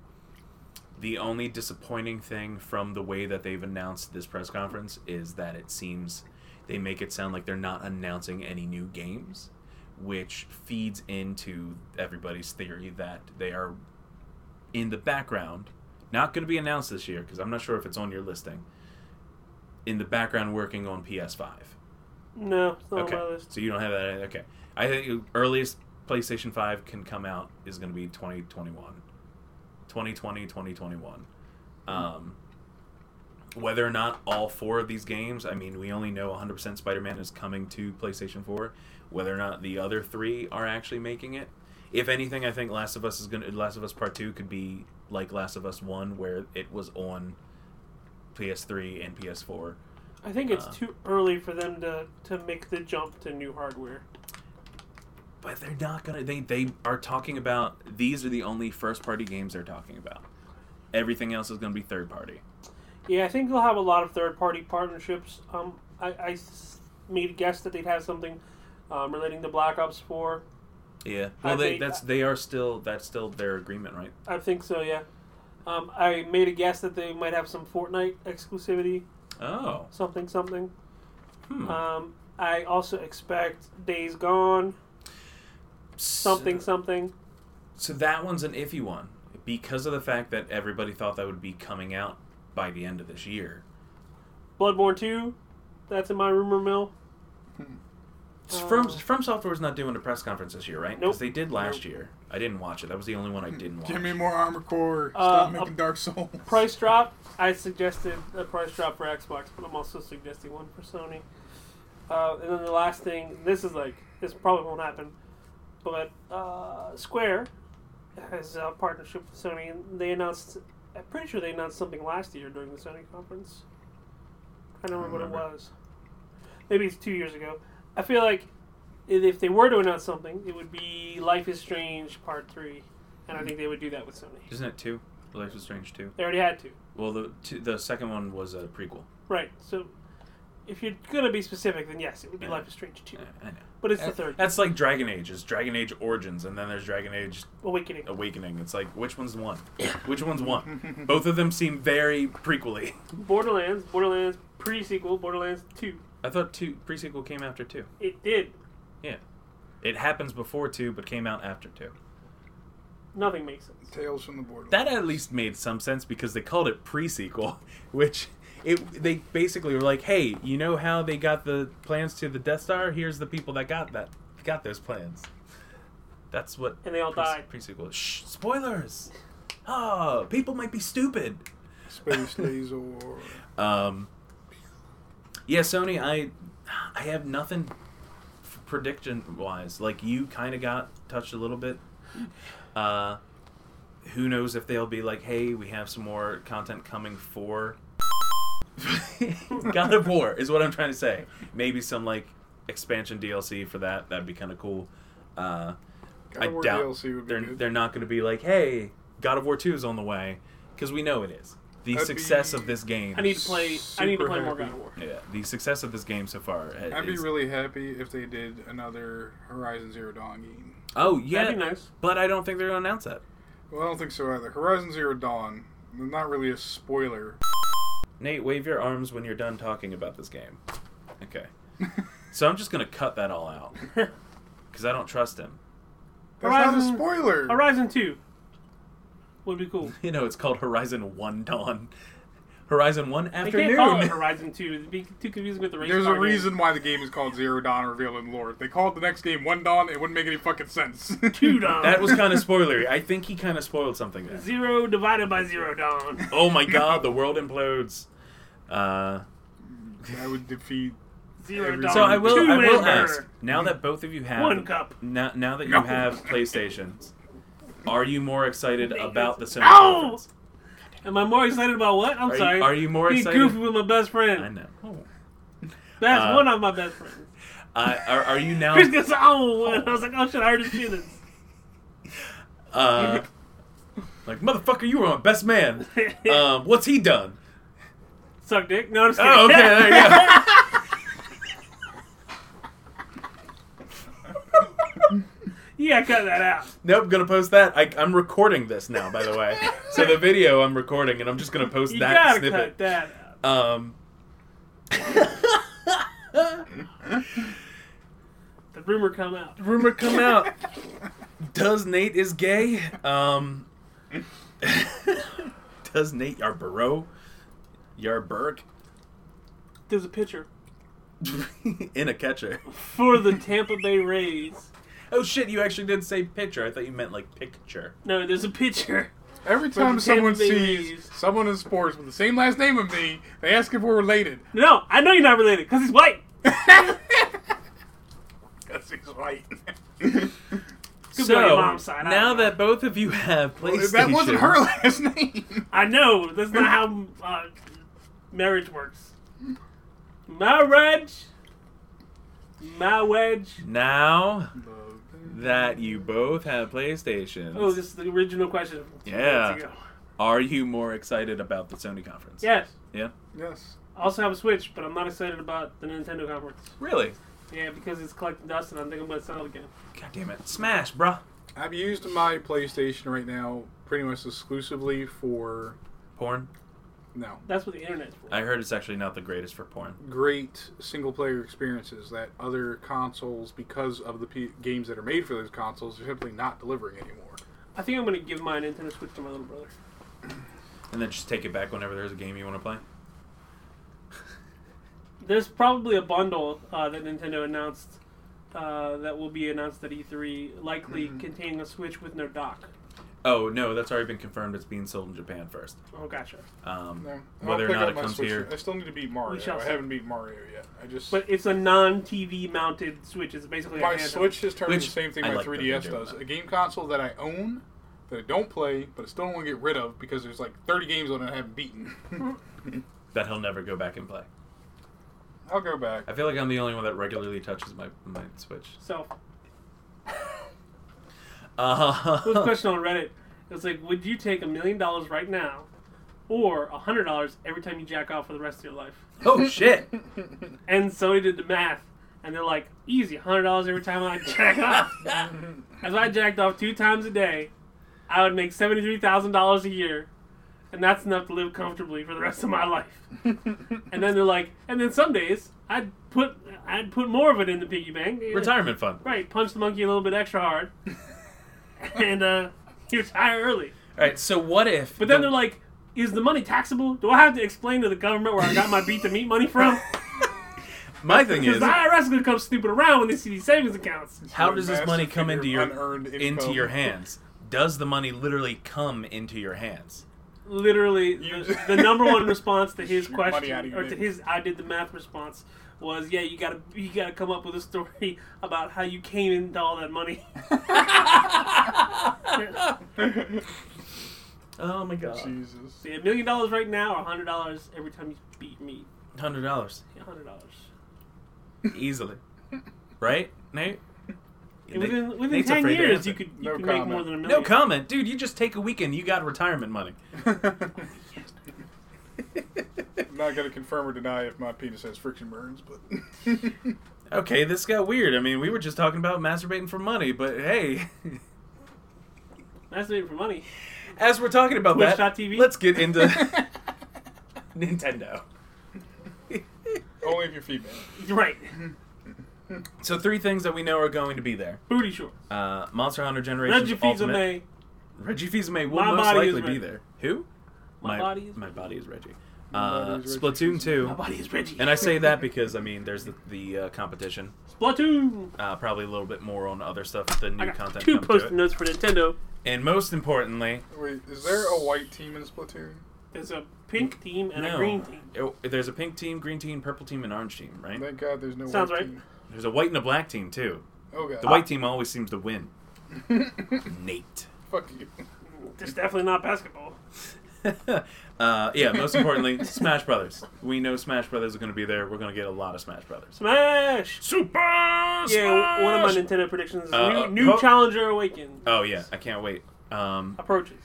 the only disappointing thing from the way that they've announced this press conference is that it seems they make it sound like they're not announcing any new games, which feeds into everybody's theory that they are in the background, not going to be announced this year because I'm not sure if it's on your listing. In the background, working on PS5.
No, it's not
Okay.
on my list.
So you don't have that. Okay. I think the earliest PlayStation 5 can come out is going to be 2021. 2020, 2021. Um, whether or not all four of these games, I mean, we only know 100% Spider Man is coming to PlayStation 4. Whether or not the other three are actually making it. If anything, I think Last of Us is going to. Last of Us Part 2 could be like Last of Us 1, where it was on PS3 and PS4.
I think it's
Uh.
too early for them to, to make the jump to new hardware.
But they're not gonna. They they are talking about these are the only first party games they're talking about. Everything else is gonna be third party.
Yeah, I think they'll have a lot of third party partnerships. Um, I, I s- made a guess that they'd have something um, relating to Black Ops 4.
Yeah. Well, they,
think-
that's they are still that's still their agreement, right?
I think so, yeah. Um, I made a guess that they might have some Fortnite exclusivity,
Oh.
something, something.
Hmm.
Um, I also expect Days Gone, something,
So,
something.
so that one's an iffy one because of the fact that everybody thought that would be coming out by the end of this year.
Bloodborne 2, that's in my rumor mill.
Hmm.
From
Oh.
From Software's not doing a press conference this year, right?
Nope.
they did last year. I didn't watch it. That was the only one I didn't watch.
Give me more armor core. Stop
Uh,
making
a-
Dark Souls.
Price drop, I suggested a price drop for Xbox, but I'm also suggesting one for Sony. Uh, and then the last thing, this is like, this probably won't happen, but uh, Square has a partnership with Sony, and they announced, I'm pretty sure they announced something last year during the Sony conference. I don't remember what it
remember.
was. Maybe it's two years ago. I feel like if they were to announce something, it would be Life is Strange Part Three, and I think they would do that with Sony.
Isn't it two? Life is Strange two.
They already had to,
Well, the two, the second one was a prequel.
right? So, if you're gonna be specific, then yes, it would be
Yeah.
Life is Strange Two,
Yeah, I know.
but it's the third
That's like Dragon Age. It's Dragon Age Origins, and then there's Dragon Age
Awakening.
Awakening. It's like which one's one? Which one's [LAUGHS] one? Both of them seem very prequely.
Borderlands, Borderlands pre sequel, Borderlands Two.
I thought two prequel came after two.
It did
Yeah, it happens before two, but came out after two.
nothing makes sense.
Tales from the Borderlands.
That at least made some sense because they called it prequel, [LAUGHS] which it they basically were like, hey, you know how they got the plans to the Death Star? Here's the people that got that got those plans. That's what.
And they all died.
Prequel. Shh! Spoilers. Oh, people might be stupid.
Space Laser.
Um, yeah, Sony, I I have nothing f- prediction wise. Like you kind of got touched a little bit. Uh, who knows if they'll be like, hey, we have some more content coming for [LAUGHS] God of War is what I'm trying to say. Maybe some like expansion DLC for that. That'd be kind of cool. Uh,
God
I
of War
doubt
DLC would be
they're
good.
they're not going to be like, hey, God of War Two is on the way because we know it is. The
That'd
success
be-
of this game.
I need to play. I need to
Super
play more
happy.
God of War.
Yeah, the success of this game so far. i-
I'd be
is-
really happy if they did another Horizon Zero Dawn game.
oh yeah,
That'd be nice.
but I don't think they're gonna announce that.
Well, I don't think so either. Horizon Zero Dawn, not really a spoiler.
Nate, wave your arms when you're done talking about this game.
[LAUGHS]
Okay, so I'm just gonna cut that all out because I don't trust him. [LAUGHS]
That's
Horizon-
not a spoiler.
Horizon Two would be cool.
You know, it's called Horizon One Dawn, Horizon One
They can't call it
Afternoon.
Horizon Two. It'd be too confusing with the race.
There's a
car game.
reason why the game is called Zero Dawn Reveal and Lore. If they called the next game One Dawn, it wouldn't make any fucking sense. [LAUGHS]
Two
[LAUGHS]
Dawn.
That was kind of spoilery. I think he kind of spoiled something there.
zero divided by zero Dawn.
Oh
[LAUGHS]
my God, the world implodes. Uh,
That would defeat.
Zero
Every-
Dawn.
So I will.
Two
I will
Ember.
ask. Now that both of you have
One cup.
Now, now that you
No.
have PlayStations, are you more excited about the Sony
Ow!
conference?
Am I more excited about what? I'm
Are you,
sorry.
are you more
Being
excited?
goofy with my best
I
friend.
know.
That's
Uh,
one of my best friends.
Uh, are, are you now?
Chris goes, oh, and I was like, oh shit, I hurt his
[LAUGHS]
feelings.
Uh, like motherfucker, you were my best
[LAUGHS]
man. Um, what's he done?
Suck dick. No, I'm just kidding.
Oh, okay, there you go.
[LAUGHS] yeah, cut that out.
Nope, gonna post that. I, I'm recording this now, by the way. So the video I'm recording, and I'm just gonna post
You
that
gotta
snippet.
cut that out.
Um,
The rumor come out.
rumor come out. Does Nate is gay? Um, [LAUGHS] does Nate Yarborough, Yarberg,
There's a picture
[LAUGHS] in a catcher?
for the Tampa Bay Rays.
Oh shit! You actually did say picture. I thought you meant like picture.
No, there's a picture. [LAUGHS]
Every time
the
someone
Tampa Bay
sees
Rays.
someone in sports with the same last name of me, they ask if we're related. [LAUGHS]
No, I know you're not related because he's white.
That's he's [LAUGHS] right.
Could be
so
on your mom's side, I don't
now
know.
that both of you have PlayStation,
that wasn't her [LAUGHS] last name.
I know. That's not how uh, marriage works. Marriage. My wedge.
Now that you both have PlayStation,
Oh, this is the original question. from two
Yeah.
minutes ago.
are you more excited about the Sony conference?
Yes.
Yeah.
Yes.
I also have a Switch, but I'm not excited about the Nintendo conference.
Really?
Yeah, because it's collecting dust, and I think I'm gonna sell it again.
God damn it! Smash, bruh.
I've used my PlayStation right now pretty much exclusively for
Porn.
no
That's what the internet's for.
I heard it's actually not the greatest for porn.
great single player experiences that other consoles, because of the P- games that are made for those consoles, are simply not delivering anymore.
I think I'm gonna give my Nintendo Switch to my little brother.
And then just take it back whenever there's a game you want to play.
There's probably a bundle uh, that Nintendo announced uh, that will be announced at E3, likely
Mm-hmm.
containing a Switch with no dock.
Oh no, that's already been confirmed. It's being sold in Japan first.
Oh, gotcha.
Um,
No. I'll
Whether or
pick
not
up
it
my
comes
Switch.
here.
I still need to beat
We
Mario.
shall
I
see.
haven't beat Mario yet. I just
But it's a non-TV mounted Switch. It's basically
my
a handheld.
Switch has turned
Which
the same thing
I
my
like that
3DS
they're doing
does.
that.
A game console that I own, that I don't play, but I still don't want to get rid of
[LAUGHS]
because there's like 30 games on it I haven't beaten.
that he'll never go back and play.
I'll go back.
I feel like I'm the only one that regularly touches my my Switch.
So,
Uh, [LAUGHS]
there was a question on Reddit. It was like, would you take a million dollars right now, or a hundred dollars every time you jack off for the rest of your life?
oh shit!
And Sony did the math, and they're like, easy, hundred dollars every time I jack off. if I jacked off two times a day, I would make seventy-three thousand dollars a year, and that's enough to live comfortably for the rest of my life. and then they're like, and then some days I'd put I'd put more of it in the piggy bank.
Retirement fund. All
Right, punch the monkey a little bit extra hard, and uh, you retire early.
right. So what if?
But then they're like, is the money taxable? Do I have to explain to the government where I got my beat to meat money from?
[LAUGHS] my thing
[LAUGHS] Because
is,
the IRS is gonna come snooping around when they see these savings accounts.
how does this
Massive
money come
figure
into
of
your
unearned
into
income.
your hands? Does the money literally come into your hands?
Literally, the, the number one response to his
Shoot money out
question,
of your
or to
name.
his "I did the math" response, was, "Yeah, you gotta, you gotta come up with a story [LAUGHS] about how you came into all that money." [LAUGHS]
Oh my god!
[LAUGHS] Jesus.
See, a million dollars right now, or a hundred dollars every time you beat meat.
Hundred dollars
A hundred dollars.
easily, right, Nate?
Within, within
Nate's
ten
afraid to
years,
answer.
you could, you
No
could make
comment.
more than a million.
No comment, dude. You just take a weekend. You got retirement money.
[LAUGHS] I'm not gonna confirm or deny if my penis has friction burns, but [LAUGHS]
[LAUGHS] Okay, this got weird. I mean, we were just talking about masturbating for money, but hey, [LAUGHS]
That's it for money. [LAUGHS]
as we're talking about that,
Twitch.tv?
let's get
[LAUGHS]
into Nintendo.
only if you're female.
Right.
So three things that we know are going to be there:
Booty shorts.
uh, Monster Hunter Generations
Reggie Fils
Ultimate.
May.
Reggie Fils-May will
My
most
body is
likely be
Reggie.
there. Who?
My body is
my body is Reggie.
My body
Uh,
is Reggie
Splatoon
Fils-May.
My
two,
body is Reggie.
and I say that because I mean there's the, the uh, competition.
Splatoon.
Uh, probably a little bit more on other stuff. The new
I got
content
two
coming to
post
it.
notes for Nintendo.
and most importantly,
Wait, is there a white team in Splatoon?
There's a pink team and
no,
a green team.
it- there's a pink team, green team, purple team, and orange team, right?
Thank God there's no
Sounds
white
right.
team.
There's a white and a black team too.
Oh God.
The white
[LAUGHS]
team always seems to win. Nate. [LAUGHS]
Fuck you.
It's definitely not basketball.
uh, yeah, most
[LAUGHS]
importantly, Smash Brothers. We know Smash Brothers are going to be there. We're going to get a lot of Smash Brothers.
Smash.
Super
Yeah, one of my Nintendo predictions is
Uh,
new, new
ho-
challenger awakens.
Oh yeah, I can't wait. Um,
approaches.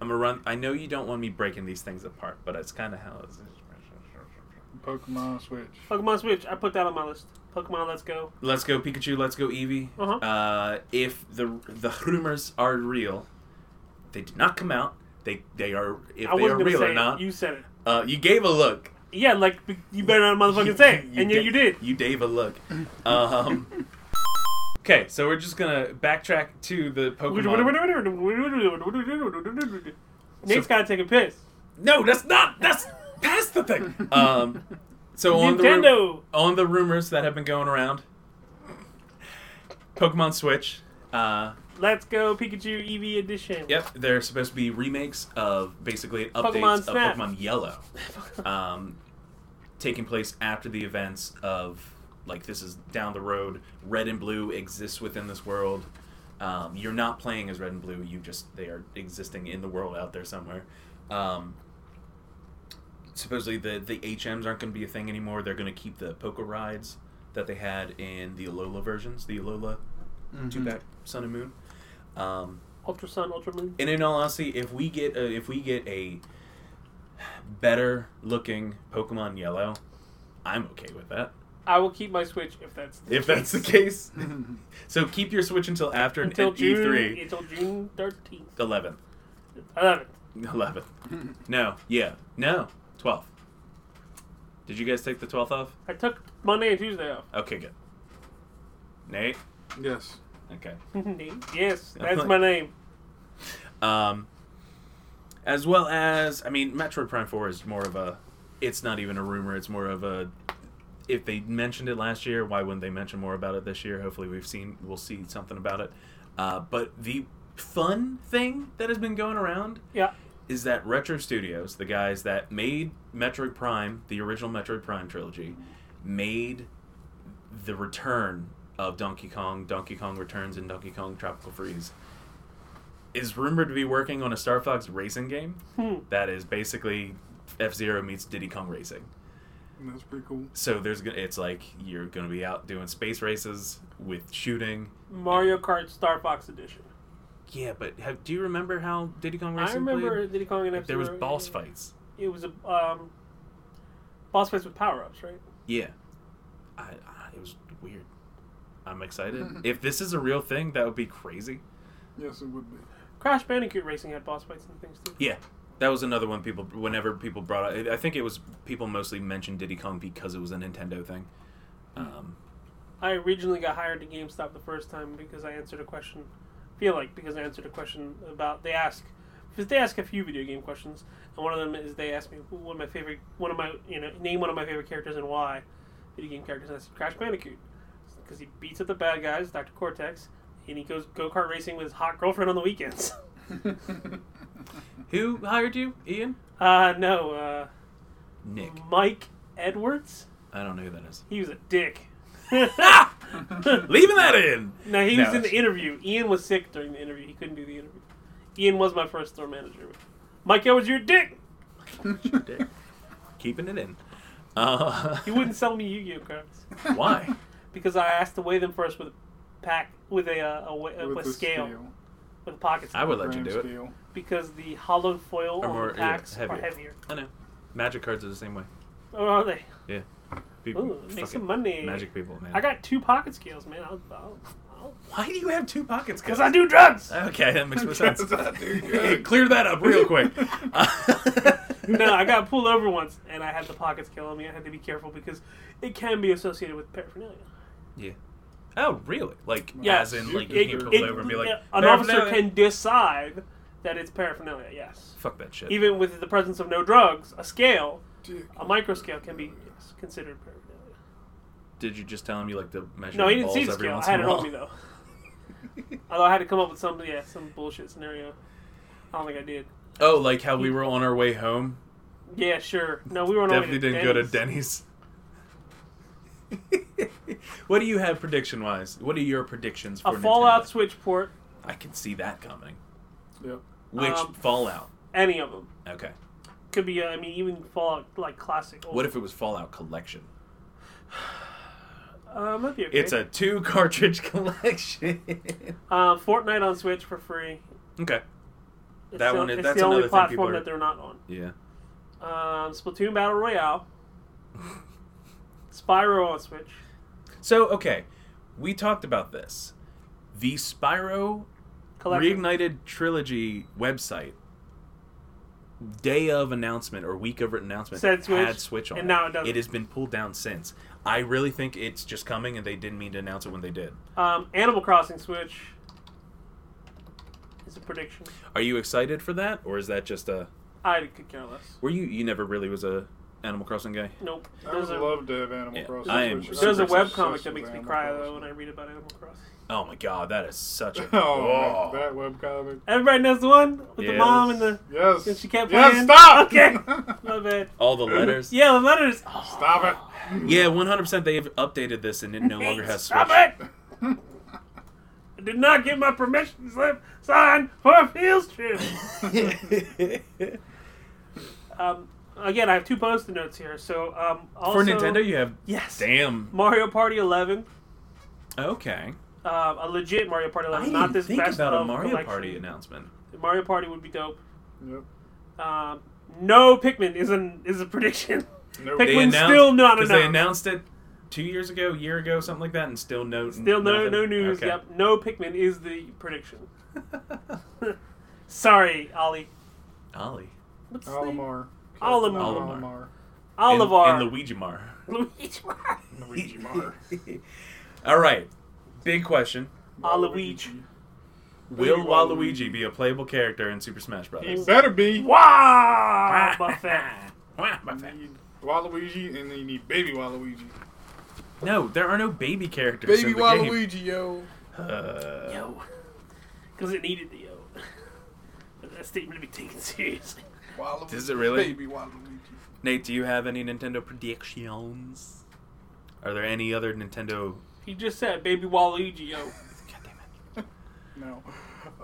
I'm gonna run. I know you don't want me breaking these things apart, but it's kind of how it's.
Pokemon Switch.
Pokemon Switch. I put that on my list. Pokemon Let's Go.
Let's go Pikachu. Let's go Eevee.
Uh-huh.
Uh, if the the rumors are real, they did not come out. They they are if
I
they are
wasn't gonna
real
say
or
it.
not.
You said it.
uh, you gave a look.
Yeah, like b- you better
[LAUGHS]
not motherfucking say it, and yeah,
da-
you did.
You gave a look. Um, [LAUGHS] okay, so we're just gonna backtrack to the Pokemon.
Nate's gotta take a piss.
No, that's not. That's past the thing.
[LAUGHS]
Um, so on the ru-
Nintendo.
on the rumors that have been going around, Pokemon Switch. Uh,
Let's go Pikachu EV edition.
yep, they're supposed to be remakes of basically updates
Pokemon
of
Snap.
Pokemon Yellow, um, taking place after the events of like this is down the road. Red and Blue exists within this world. Um, you're not playing as Red and Blue. You just they are existing in the world out there somewhere. Um, supposedly the the HMs aren't going to be a thing anymore. They're going to keep the poker rides that they had in the Alola versions, the Alola two
Mm-hmm.
back Sun and Moon. Um,
[LAUGHS] Ultra Sun, Ultra Moon.
and in all honesty, if we get a, if we get a better looking Pokemon Yellow, I'm okay with that.
I will keep my Switch if that's the
If that's the case. so keep your Switch until after
until
an E
June
E3
until June thirteenth,
11th.
eleventh.
11th. No, yeah. No, 12th. Did you guys take the 12th off?
I took Monday and Tuesday off. [LAUGHS]
Okay, good. Nate?
Yes.
Okay.
Nate? yes, that's my name.
Um, as well as, I mean, Metroid Prime 4 is more of a. It's not even a rumor. It's more of a. If they mentioned it last year, why wouldn't they mention more about it this year? Hopefully, we've seen. We'll see something about it. Uh, but the fun thing that has been going around
Yeah,
is that Retro Studios, the guys that made Metroid Prime, the original Metroid Prime trilogy, made the return of Donkey Kong, Donkey Kong Returns, and Donkey Kong Tropical Freeze, is rumored to be working on a Star Fox racing game
Hmm.
that is basically F Zero meets Diddy Kong Racing.
And that's pretty cool.
So there's gonna it's like you're gonna be out doing space races with shooting.
Mario Kart Star Fox Edition.
Yeah, but have, do you remember how Diddy Kong Racing
I remember
played?
Diddy Kong and
Like, there was
F-Zero,
boss
it-
fights.
It was a um, boss fights with power ups, right?
Yeah, I, I, it was weird. I'm
[LAUGHS]
excited. if this is a real thing, that would be crazy.
Yes, it would be.
Crash Bandicoot Racing had boss fights and things too.
Yeah, that was another one. People, whenever people brought up, I think it was people mostly mentioned Diddy Kong because it was a Nintendo thing.
Mm.
Um,
I originally got hired to GameStop the first time because I answered a question. Feel like because I answered a question about they ask because they ask a few video game questions, and one of them is they asked me one of my favorite one of my you know name one of my favorite characters and why video game characters. And I said Crash Bandicoot because he beats up the bad guys, Doctor Cortex, and he goes go kart racing with his hot girlfriend on the weekends. [LAUGHS]
[LAUGHS] who hired you, Ian?
Uh, no, uh,
Nick.
Mike Edwards.
I don't know who that [LAUGHS] is.
He was a dick. [LAUGHS]
Ah! Leaving that in.
No, he
No,
was in the
that's-
interview. Ian was sick during the interview. He couldn't do the interview. Ian was my first store manager. Mike Edwards, you're a dick.
[LAUGHS]
Keeping it in. [LAUGHS] Uh,
He wouldn't sell me Yu-Gi-Oh cards
why?
because I asked to weigh them first with a pack with a uh, a, wa- uh, with
the
scale, with a pocket
I
scale
would let you
gram
do it.
scale.
because the hollow foil
Or
on
more-
the
yeah,
packs are
heavier.
heavier.
I know. Magic cards are the same way.
Oh, are they?
Yeah. People,
Ooh, make
fuck
some
it.
money.
Magic people, man.
I got two pocket scales, man. I'll, I'll, I'll,
Why do you have two pockets?
Cause
Kyle?
I do drugs.
Okay, that makes more sense.
That's not
[LAUGHS]
too
Hey,
good.
clear that up real
[LAUGHS]
quick.
[LAUGHS]
Uh,
no, I got pulled over once, and I had the pockets killing me. I had to be careful because it can be associated with paraphernalia.
[LAUGHS] yeah. Oh, really? Like,
Yeah,
as in, like,
you
you can
could-
pull
It-
over and be like,
an officer
"Paraphernalia."
can decide that it's paraphernalia. Yes,
Fuck that shit.
even with the presence of no drugs, a scale,
Dick.
a micro scale, can be yes, considered paraphernalia.
Did you just tell him you like to measure
No, he
the
didn't
balls
see the
every
scale. I
once
had
in a
it
while?
on me though. Although I had to come up with some yeah some bullshit scenario. I don't think I did.
Oh, like how we were on our way home.
Yeah, sure. No, we were on our way
Definitely didn't go to Denny's. [LAUGHS] what do you have prediction wise? What are your predictions for
A Fallout
Nintendo?
Switch port,
I can see that coming.
Yep.
Which
Um,
Fallout?
any of them
Okay.
could be. Uh, I mean, even Fallout like classic.
What if it was Fallout Collection?
Uh, might be okay.
It's a two [LAUGHS] cartridge collection.
uh, Fortnite on Switch for free.
okay.
It's
That
the,
one is-
It's
that's
the only
another thing people
platform
are-
that they're not on.
Yeah.
Um, Splatoon Battle Royale. Spyro on Switch.
So okay, we talked about this. The Spyro
Collection.
Reignited Trilogy website day of announcement or week of announcement
Said Switch,
had Switch on
and
it.
now it doesn't.
It has been pulled down since. I really think it's just coming and they didn't mean to announce it when they did.
Um, Animal Crossing Switch. Is a prediction.
Are you excited for that or is that just a
I could care less.
Were you you never really was a Animal Crossing guy?
Nope.
I would
There's a,
love to have Animal
Yeah,
Crossing.
I am
Switch.
there's a
super
webcomic
Obsessed
that
with
makes me
Animal
cry
Crossing.
though when I read about Animal Crossing.
Oh my god, that is such a
[LAUGHS]
[LAUGHS]
Oh,
Oh.
that, that webcomic.
Everybody knows the one with the mom and the.
Yes.
And she kept
yes,
playing.
stop.
[LAUGHS] Okay. My bad.
All the letters.
Yeah, the letters. Oh,
[LAUGHS] stop it.
Yeah, 100% they've updated this and it no longer has Switch.
Stop it! I did not get my permission slip signed for a field trip.
[LAUGHS]
um, again, I have two post-it notes here. So um, also,
For Nintendo you have
yes,
damn.
Mario Party 11,
Okay.
uh, a legit Mario Party 11,
I
not
didn't
this
think
best
about a
of
Mario
collection.
Party announcement.
Mario Party would be dope.
[LAUGHS] Yep.
Um, no Pikmin is an is a prediction. [LAUGHS]
Nope.
Pick-
They
Pikmin's
announced,
still not
'cause They
announced.
announced it two years ago, year ago, something like that, and still no.
Still no
nothing.
no news.
Okay.
Yep, no Pikmin is the prediction. Sorry, Ollie.
Ollie.
What's his name?
Alamar.
Olimar.
Olimar.
Olivar. [LAUGHS]
And, and Luigi Mar.
Luigi.
Luigi [LAUGHS] Mar.
[LAUGHS] All right. Big question.
Waluigi.
Will
Big
Waluigi be a playable character in Super Smash Bros.?
He better be.
[LAUGHS]
Wow, Buffet.
Wah, my
You
fat.
need Waluigi and then you need Baby Waluigi.
No, there are no baby characters
Baby
in the game.
Waluigi, yo.
Uh,
Yo. Because it needed the yo. [LAUGHS] But that statement to be taken seriously.
Waluigi.
Is it really?
Baby Waluigi.
Nate, do you have any Nintendo predictions? Are there any other Nintendo?
He just said, baby Waluigi, yo.
God damn it.
No.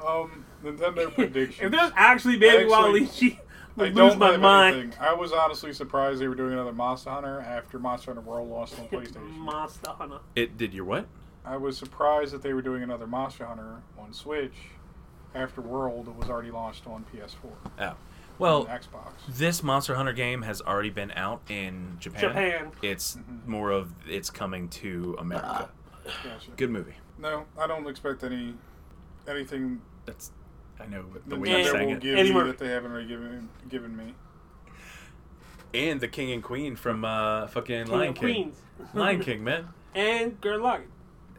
Um, Nintendo predictions.
[LAUGHS] If there's actually baby
Actually-
[LAUGHS] Waluigi,
I
lose
don't
my
have
mind.
anything. I was honestly surprised they were doing another Monster Hunter after Monster Hunter World lost
[LAUGHS]
on PlayStation.
Monster Hunter.
It did your what?
I was surprised that they were doing another Monster Hunter on Switch after World was already launched on PS4
Oh, well, [SIGHS]
and Xbox.
this Monster Hunter game has already been out in Japan.
Japan.
It's more of it's coming to America.
Gotcha.
Good movie.
No, I don't expect any anything
That's I know but the way you
Nintendo
sang
will
it.
give
Eddie
me
Murphy.
that they haven't already given given me.
And the King and Queen from uh, fucking
King
Lion
of
King.
Queens. [LAUGHS]
Lion King, man.
and Girl Logan.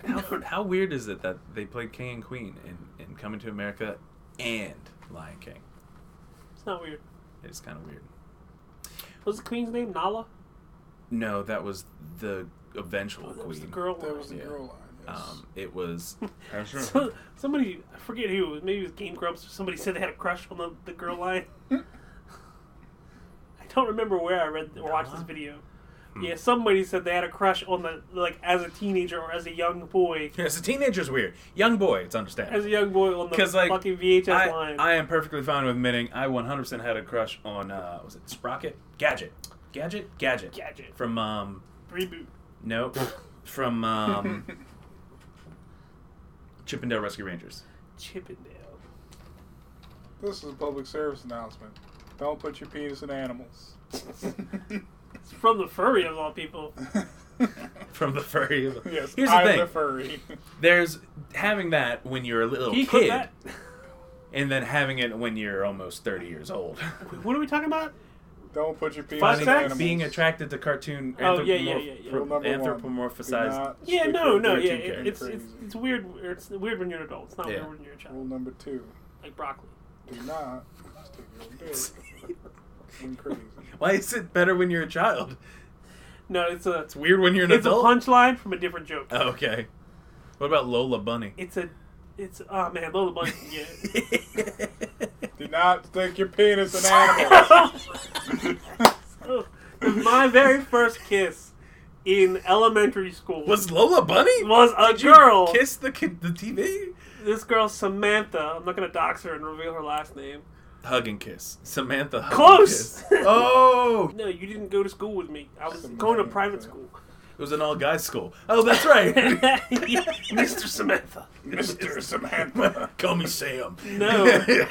How, how weird is it that they played King and Queen in, in Coming to America and Lion King?
It's not weird.
It's kind of weird.
What's the queen's name? Nala?
No, that was the eventual
Oh, That was the
queen.
girl.
That was
[LAUGHS]
the
Yeah.
girl line. Yes.
Um, it [LAUGHS] was
So- somebody, I forget who, it was, maybe it was Game Grumps, or somebody said they had a crush on the, the girl [LAUGHS] line. I don't remember where I read or watched this
Nala? Hmm.
video. Yeah, somebody said they had a crush on the, like, as a teenager or as a young boy.
[LAUGHS] as a teenager's weird. Young boy, it's understandable.
As a young boy on the
'Cause, like,
fucking VHS
I,
line.
I am perfectly fine with admitting I 100% had a crush on uh, was it Sprocket Gadget Gadget Gadget
Gadget.
from um
Reboot.
no from
[LAUGHS]
um Chippendale Rescue Rangers. [LAUGHS]
Chippendale.
This is a public service announcement. Don't put your penis in animals.
It's from the furry of all people.
[LAUGHS] From the furry.
yes,
Here's the
I'm
thing.
the furry.
There's having that when you're a little
He put
kid,
that. [LAUGHS]
and then having it when you're almost 30 years old.
What are we talking about?
[LAUGHS] Don't put your penis
Fun
in
fact,
animals.
Being attracted to cartoon
Oh, yeah, yeah,
anthropomorph-
yeah, yeah.
Rule number one,
anthropomorphized.
do not
Yeah,
sleep
no,
with
no, yeah.
cartoon
It, it's,
characters.
it's it's weird. or It's weird when you're an adult. It's not
Yeah.
weird when you're a child.
Rule number two:
Like broccoli.
Do not stick your dick in crazy.
[LAUGHS] Why is it better when you're a child?
No, it's a
It's weird when you're an
it's a
adult.
punchline from a different joke.
Oh, okay. What about Lola Bunny? [LAUGHS]
It's a it's oh man, Lola Bunny. Yeah. [LAUGHS]
Do not stick your penis
[LAUGHS]
in animals.
My very first kiss in elementary school
Was Lola Bunny?
was a
Did you
girl.
kiss the kid, the TV?
This girl Samantha. I'm not gonna dox her and reveal her last name.
Hug and kiss. Samantha. Hug
Close.
And kiss. Oh,
No, you didn't go to school with me. I was
Samantha.
going to private school.
it was an all guys school. Oh, that's right.
[LAUGHS] Mr. Samantha. [LAUGHS]
Mr. Samantha.
Call me Sam.
No.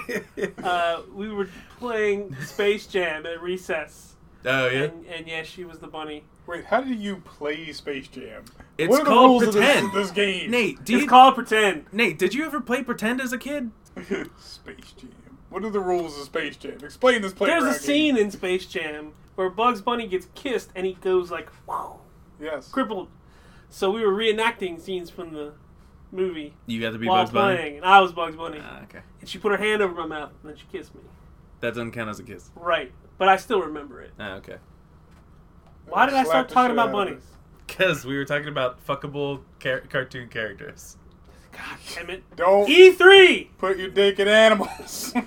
Uh, we were playing Space Jam at recess,
[LAUGHS] oh yeah.
and, and yeah, she was the bunny.
Wait, how do you play Space Jam?
It's
what are
called
the rules
pretend.
Of this, this game?
Nate, do
It's
you,
called pretend.
Nate, did you ever play pretend as a kid?
[LAUGHS] Space Jam. What are the rules of Space Jam? Explain this playground.
There's a
game.
scene in Space Jam where Bugs Bunny gets kissed and he goes like, "Whoa,
Yes.
crippled." So we were reenacting scenes from the movie
You got to be
while
Bugs Bunny.
playing, and I was Bugs Bunny.
Ah, okay.
And she put her hand over my mouth and then she kissed me.
That doesn't count as a kiss.
Right, but I still remember it.
Ah, okay.
Why did I start
Slap the
talking
shit
about
out of
bunnies?
Because we were talking about fuckable car- cartoon characters.
God damn it! E
it. Don't
E3
put your dick in animals. [LAUGHS]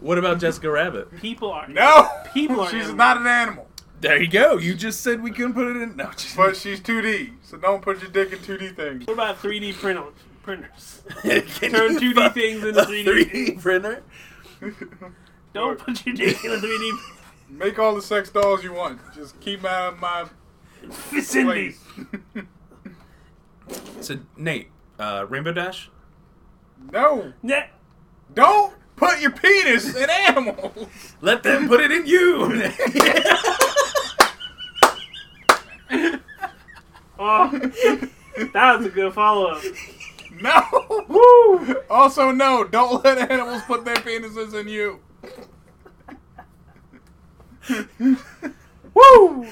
What about Jessica Rabbit?
people are
no.
People are
she's
animals.
not an animal,
There you go. You just said we couldn't put it in. No, just...
but she's 2D. So don't put your dick in 2D things. [LAUGHS]
What about 3D printers? Printers.
[LAUGHS] Can
Turn
you
2D
fuck
things into
a
3D
3D printer.
Don't
Look,
put your dick in a
[LAUGHS]
3D
Make all the sex dolls you want. Just keep out of my
vicinity.
place. [LAUGHS]
So Nate, uh, Rainbow Dash.
no.
Ne-
Don't put your penis in animals. [LAUGHS]
Let them put it in [LAUGHS] you.
oh, that was a good follow
[LAUGHS]
up.
No. Also, no. Don't let animals put their penises in you. [LAUGHS]
Woo!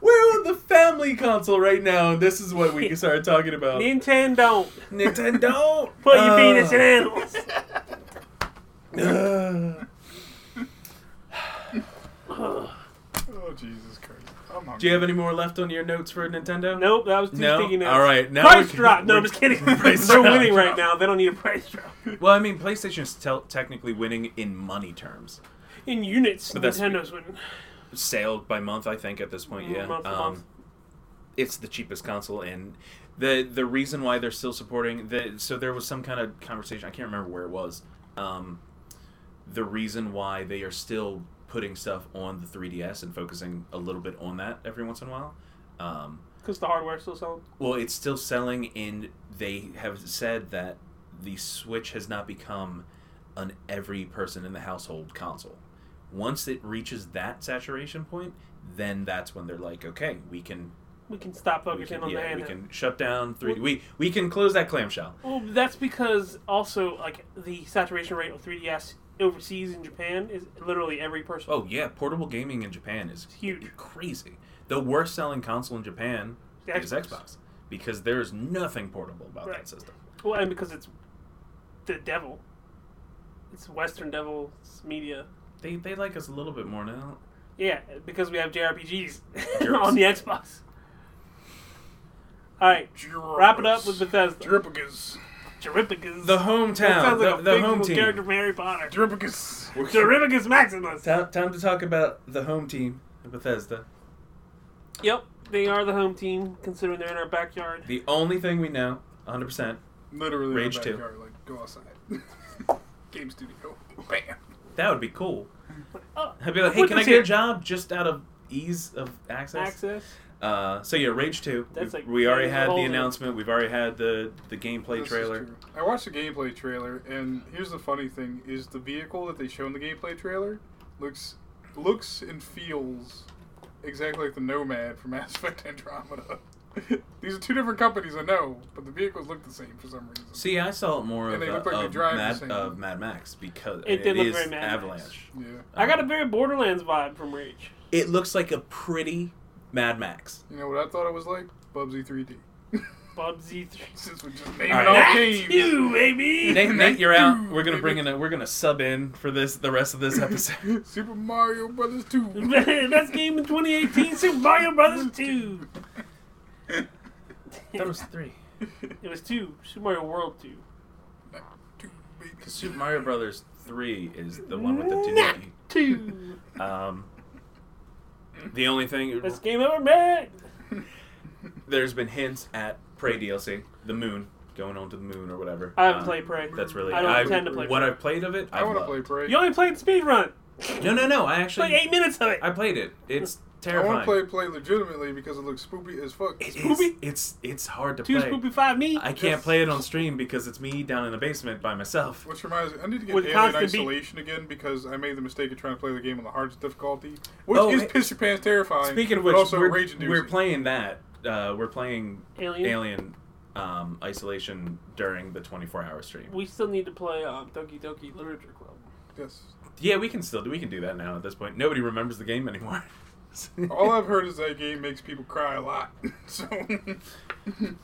We're on the family console right now, and this is what we started talking about.
Nintendo,
Nintendo. Uh,
put
Uh.
your penis in animals.
it.
Oh Jesus Christ! I'm hungry.
Do you have any more left on your notes for Nintendo?
Nope, that was too
No.
sticky now.
All right. Now
Price
we can-
drop. No,
we're-
I'm just kidding.
Price
They're
drop.
winning right now. They don't need a price drop.
Well, I mean, PlayStation's tel- technically winning in money terms.
In units,
that's-
Nintendo's winning.
Sale by month, I think, at this point.
Mm,
Yeah.
month to month.
Um, it's the cheapest console, and the the reason why they're still supporting the so there was some kind of conversation. I can't remember where it was. Um, the reason why they are still putting stuff on the 3DS and focusing a little bit on that every once in a while. Um,
because the hardware's still selling.
well, it's still selling, and they have said that the Switch has not become an every person in the household console. Once it reaches that saturation point, then that's when they're like, okay, we can,
We can stop
we
focusing
can,
on
yeah,
the
we
handheld.
can shut down three. We we can close that clamshell.
Well, that's because also like the saturation rate of 3DS overseas in Japan is literally every person.
Oh yeah, portable gaming in Japan is
Huge.
crazy. The worst selling console in Japan
The
is
Xbox.
Xbox because there is nothing portable about
Right.
that system.
Well, and because it's the devil, it's Western devil media.
They they like us a little bit more now.
Yeah, because we have JRPGs
Jerks.
[LAUGHS] on the Xbox. All right, wrap it up with Bethesda.
Jeripicus.
Jeripigas.
The
that
hometown,
sounds
the,
like a
the
fictional
home team.
character from Harry Potter.
Jeripicus.
Jeripigas Maximus.
Time, time to talk about the home team of Bethesda.
Yep, they are the home team considering they're in our backyard.
The only thing we know, 100%,
Literally, in
Rage
the
two.
backyard, Like, go outside. [LAUGHS] Game studio. Bam.
that would be cool.
Oh,
I'd be like, hey,
Put
can I
this
get a
here.
job just out of ease of access?
access.
Uh, so yeah, Rage 2.
That's
We've-
like-
we already
yeah,
had the
all-
announcement. We've already had the, the gameplay
This is
trailer.
true. I watched the gameplay trailer, and here's the funny thing: is the vehicle that they show in the gameplay trailer looks looks and feels exactly like the Nomad from [LAUGHS] Mass Effect Andromeda. [LAUGHS] These are two different companies, I know, but the vehicles look the same for some reason.
See, I saw it more
And
of,
they look
uh,
like they
of
drive the
Mad,
same.
of Mad Max because
It
it,
did look
is
very Mad Max.
Avalanche.
yeah,
I got a very Borderlands vibe from Rage.
It looks like a pretty Mad
[LAUGHS]
Max.
you know what I thought it was like? Bubsy 3D.
Bubsy 3.
[LAUGHS] Since we just naming
All right.
all
That's
games.
you, baby!
Nate, Nate, you're out. We're gonna
Maybe.
bring in. A, we're gonna sub in for this. The rest of this episode.
[LAUGHS]
Super Mario Brothers 2.
[LAUGHS] Best game in 2018, Super Mario Brothers 2.
that was three.
It was 2, Super Mario World 2.
Two, baby.
Super Mario Brothers three is the one with the
Nah.
Tanuki.
2.
Um, the only thing
Best game ever made!
there's been hints at Prey DLC, the moon going on to the moon or whatever.
I haven't
Uh,
played Prey.
That's really.
I don't
I've-
intend to play
What
Prey.
I've played of it,
I want to play
loved.
Prey.
You only played Speedrun!
No, no, no. I actually.
Played 8 minutes of it!
I played it. It's
I
terrifying.
want to play Play legitimately because it looks spoopy as fuck.
It is.
Spoopy?
It's it's hard to
2
play.
Spoopy 5 me!
I can't play it on stream because it's me down in the basement by myself.
Which reminds me, I need to get
With
Alien
constant beat.
Isolation again because I made the mistake of trying to play the game on the hardest difficulty, which
Oh,
is
hey-
piss your pants terrifying.
Speaking of
but
which,
also
we're,
rage inducing.
we're playing that. Uh, we're playing
Alien.
Alien um, Isolation during the 24 hour stream.
We still need to play um, Doki Doki Literature Club.
Yes.
Yeah, we can still do. We can do that now. At this point, nobody remembers the game anymore.
[LAUGHS] All I've heard is that game makes people cry a lot. [LAUGHS] so.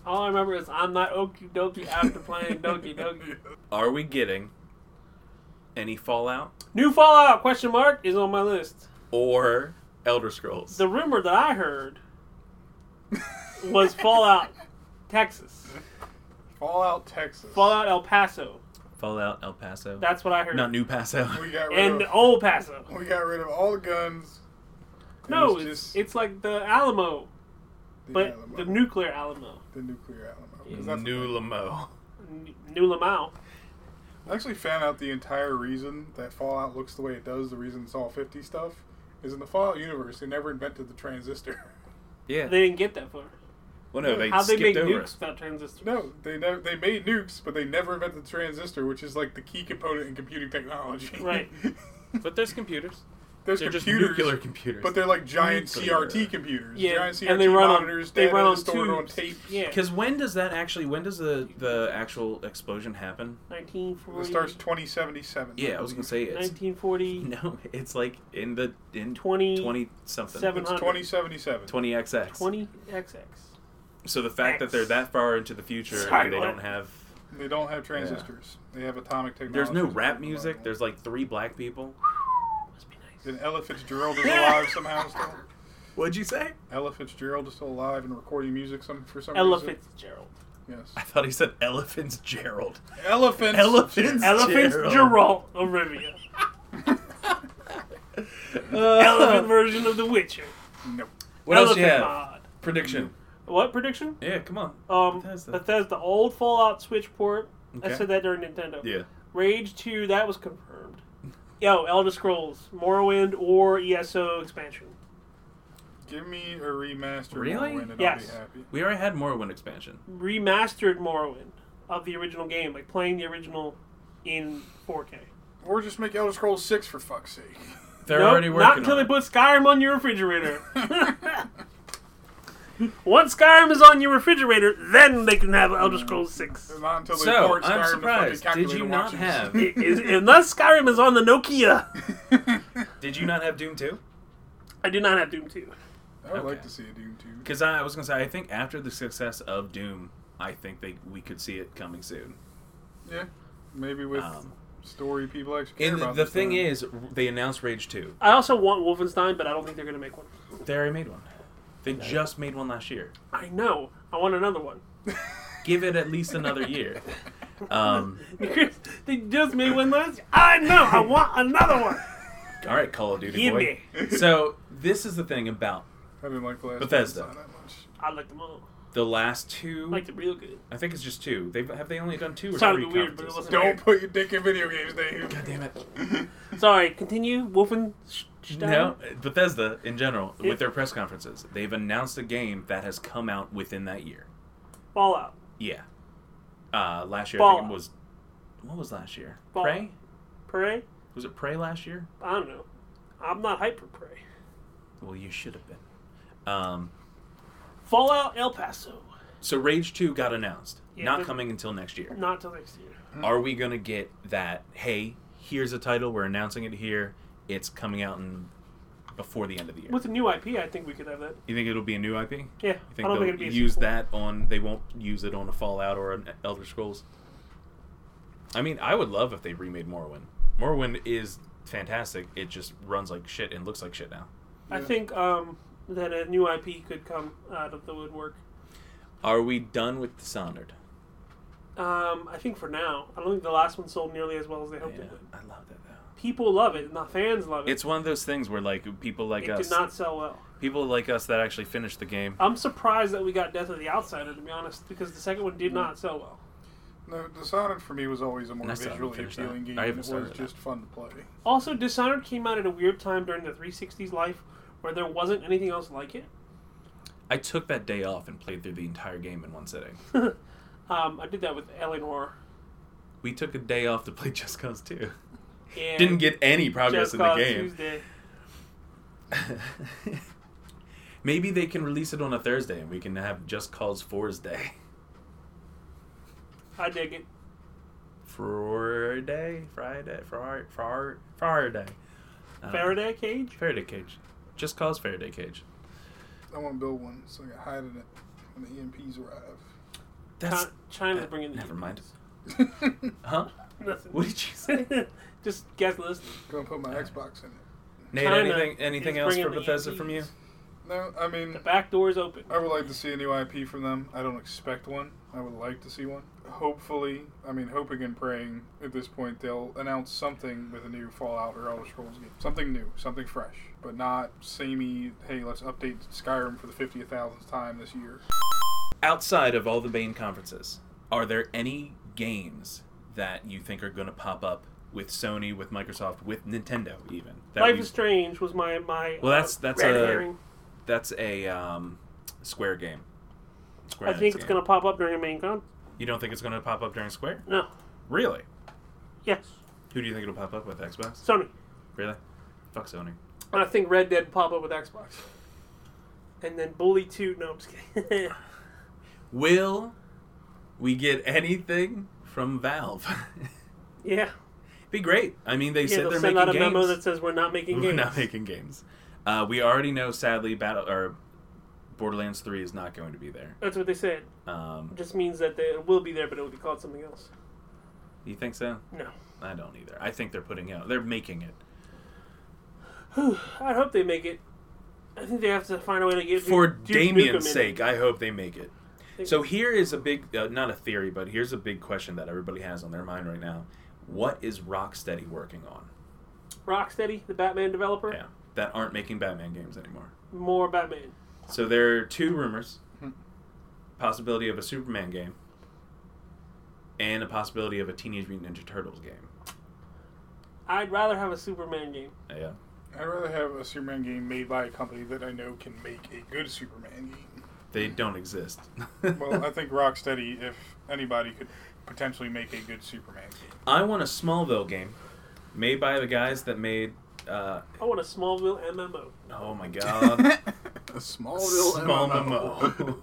All I remember is I'm not Okie Doki after playing
[LAUGHS]
Doki Doki.
[LAUGHS] Are we getting any Fallout
New Fallout question mark is on my list.
or Elder Scrolls?
The rumor that I heard was
[LAUGHS]
Fallout Texas,
Fallout Texas.
Fallout El Paso.
Fallout El Paso,
That's what I heard.
not New
[LAUGHS]
Paso.
We got rid
and
of.
Old Paso.
We got rid of all the guns. and
No,
it's
it's,
just
it's like the Alamo,
the
but
Alamo.
the nuclear Alamo,
the nuclear Alamo. 'Cause that's-
New Lamo.
N- New Lamau.
I actually found out the entire reason that Fallout looks the way it does, the reason it's all 50 stuff, is in the Fallout universe, they never invented the transistor. [LAUGHS]
Yeah.
They didn't get that far.
well, no, they
How they
skipped
make
over.
nukes without transistors?
No, they never, they made nukes, but they never invented the transistor, which is like the key component in computing technology.
Right.
[LAUGHS]
But there's computers.
There's
They're just
computers,
nuclear computers.
but they're like giant
Nuclear.
CRT computers.
Yeah,
giant CRT
and they run on-
monitors.
they
data
run
is
on
stored on
tubes.
tape.
Yeah,
Because when does that actually? When does the the actual explosion happen?
1940.
It starts 2077.
Yeah, I was gonna say it's [LAUGHS]
1940.
no, it's like in the in
20
20 something
seven-
It's 2077.
20 XX.
20XX.
So the fact that they're that far into the future
Sorry,
and they
what?
don't have
They don't have transistors. They have atomic technology.
there's no rap music. There's like three black people.
Must be nice.
And Ella
[LAUGHS]
Fitzgerald is alive somehow still.
What'd you say?
Ella Fitzgerald is still alive and recording music some for some
Ella
reason.
Fitzgerald.
Yes.
I thought he said elephants Gerald.
Elephants.
Elephants.
Elephant
Gerald. [LAUGHS]
Geralt of
[LAUGHS]
Rivia. Elephant version of The Witcher.
Nope.
What else
Elephant
you have?
mod.
Prediction.
What prediction?
Yeah, come on.
Um,
Bethesda.
Bethesda. old Fallout Switch port.
Okay.
I said that during Nintendo.
Yeah.
Rage 2, that was confirmed. Yo, Elder Scrolls, Morrowind, or ESO expansion.
Give me a remaster.
Really?
Morrowind and
Yes.
I'll be happy.
We already had Morrowind expansion.
Remastered Morrowind of the original game, like playing the original in 4K.
Or just make Elder Scrolls Six for fuck's sake.
They're
Nope,
already working
Not until
on
they
it.
put Skyrim on
[LAUGHS]
your refrigerator. [LAUGHS] Once Skyrim is on your refrigerator, then they can have Elder Scrolls 6.
Not until they
So,
port Skyrim
I'm
to fucking
surprised. Did
calculator
you not
watches.
have?
I- is- unless Skyrim is on the Nokia.
Did you not have Doom 2?
I do not have Doom 2.
[LAUGHS] I would
Okay.
like to see a Doom Two.
Because I, I was gonna say, I think after the success of Doom, I think they we could see it coming soon.
Yeah, maybe with
Um,
story people actually care
And the,
about.
the
this
thing
time.
is, they announced Rage Two.
I also want Wolfenstein, but I don't think they're going to make one.
They already made one. They just made one last year.
I know. I want another one. [LAUGHS]
Give it at least another year.
[LAUGHS]
Um,
they just made one last year. I know. I want another one.
all right, Call of Duty
Give
boy.
me.
So this is the thing about
I didn't like the last
Bethesda.
one that much.
I like them all.
the last two.
I liked it real good.
I think it's just two. They've have they only done two or
Sounded
three
weird, but it
conferences?
wasn't-
Don't put your dick in video games, Dave.
God damn it!
Sorry, continue. Wolfenstein.
No, Bethesda in general
Yeah.
with their press conferences, they've announced a game that has come out within that year.
Fallout.
Yeah. Uh, last year I think
Fallout.
it was what was last year?
Fallout.
Prey?
Prey?
Was it Prey last year?
I don't know. I'm not hyper Prey.
Well, you should have been. Um,
Fallout El Paso.
so Rage Two got announced,
Yeah,
not
but-
coming until next year.
Not till next year.
Are we gonna get that? Hey, here's a title. We're announcing it here. It's coming out in before the end of the year.
With a new IP, I think we could have that.
You think it'll be a new IP? You
Yeah.
think
I don't
they'll
think it'd be a
use
sequel.
that on? They won't use it on a Fallout or an Elder Scrolls. I mean, I would love if they remade Morrowind. Morrowind is fantastic. It just runs like shit and looks like shit now.
I think um, that a new IP could come out of the woodwork.
Are we done with Dishonored?
Um, I think for now, I don't think the last one sold nearly as well as they hoped
Yeah,
it would.
I love that though.
People love it, and the fans love it.
It's one of those things where like people like
it
us,
did not sell well.
people like us that actually finished the game.
I'm surprised that we got Death of the Outsider, to be honest, because the second one did not sell well.
No, Dishonored for me was always a more
I still haven't
visually
finished that.
appealing game.
I haven't
It was
started that.
just fun to play.
Also, Dishonored came out at a weird time during the 360s life, where there wasn't anything else like it. [LAUGHS]
I took that day off and played through the entire game in one sitting.
Um, I did that with Eleanor.
We took a day off to play [LAUGHS] Just Cause 2.
And
Didn't get any progress
Just
in the
Cause
game.
Tuesday.
[LAUGHS] Maybe they can release it on a Thursday and we can have Just Cause 4's day. [LAUGHS]
I dig it.
Friday? Friday? Friday? Friday? Friday? Um,
Faraday cage.
Faraday Cage. Just Cause Faraday Cage.
I want to build one so I can hide in it when the E EMPs
That's.
Chi- China's
uh,
bringing the
never
heat. [LAUGHS]
mind.
arrive.
[LAUGHS] Huh?
Nothing.
What
[LAUGHS]
did you say?
Just guess list.
[LAUGHS] Gonna put my Xbox in it.
Nate,
China
anything, anything
is
else
bringing
for
the
Bethesda
EVs.
from you?
No, I mean,
The back door is open.
I would like to see a new IP from them. I don't expect one. I would like to see one. Hopefully, I mean, hoping and praying at this point they'll announce something with a new Fallout or Elder Scrolls game. Something new, something fresh, but not samey, hey, let's update Skyrim for the 50,000th time this year.
Outside of all the main conferences, are there any games that you think are going to pop up with Sony, with Microsoft, with Nintendo, even? That
Life
we-
is Strange was my my. uh,
Well, that's- that's
red
a-
herring.
That's a um, Square game. Square
I think
Enix
it's
game.
gonna pop up during a main con.
You don't think it's gonna pop up during Square?
No.
Really?
Yes.
Who do you think it'll pop up with? Xbox?
Sony.
Really? Fuck Sony.
And I think Red Dead will pop up with Xbox. And then Bully Two. No, I'm just kidding. [LAUGHS]
Will we get anything from Valve? [LAUGHS]
yeah.
Be great. I mean, they
Yeah.
said
They'll
they're
send
making
out a
games.
memo that says we're not
[LAUGHS]
making
We're
games.
not making games. Uh, we already know, sadly, Battle or Borderlands Three is not going to be there.
That's what they said.
Um,
It just means that they it will be there, but it will be called something else.
you think so?
No. [SIGHS]
I don't either. I think they're putting out. They're making it
I hope they make it. I think they have to find a way to get
for
Duke- Duke Nukem in
Damien's
it.
sake. I hope they make it. So here is a big, uh, not a theory, but here's a big question that everybody has on their mind right now. What is Rocksteady working on?
Rocksteady, the Batman developer,
Yeah, that aren't making Batman games anymore.
more Batman.
So there are two rumors: possibility of a Superman game, and a possibility of a Teenage Mutant Ninja Turtles game.
I'd rather have a Superman game.
Yeah.
I'd rather have a Superman game made by a company that I know can make a good Superman game.
They don't
[LAUGHS]
exist.
Well, I think Rocksteady, if anybody, could potentially make a good Superman game.
[LAUGHS]
I want a Smallville game made by the guys that made. Uh,
I want a Smallville MMO.
oh my
[LAUGHS]
god.
a small
Small MMO.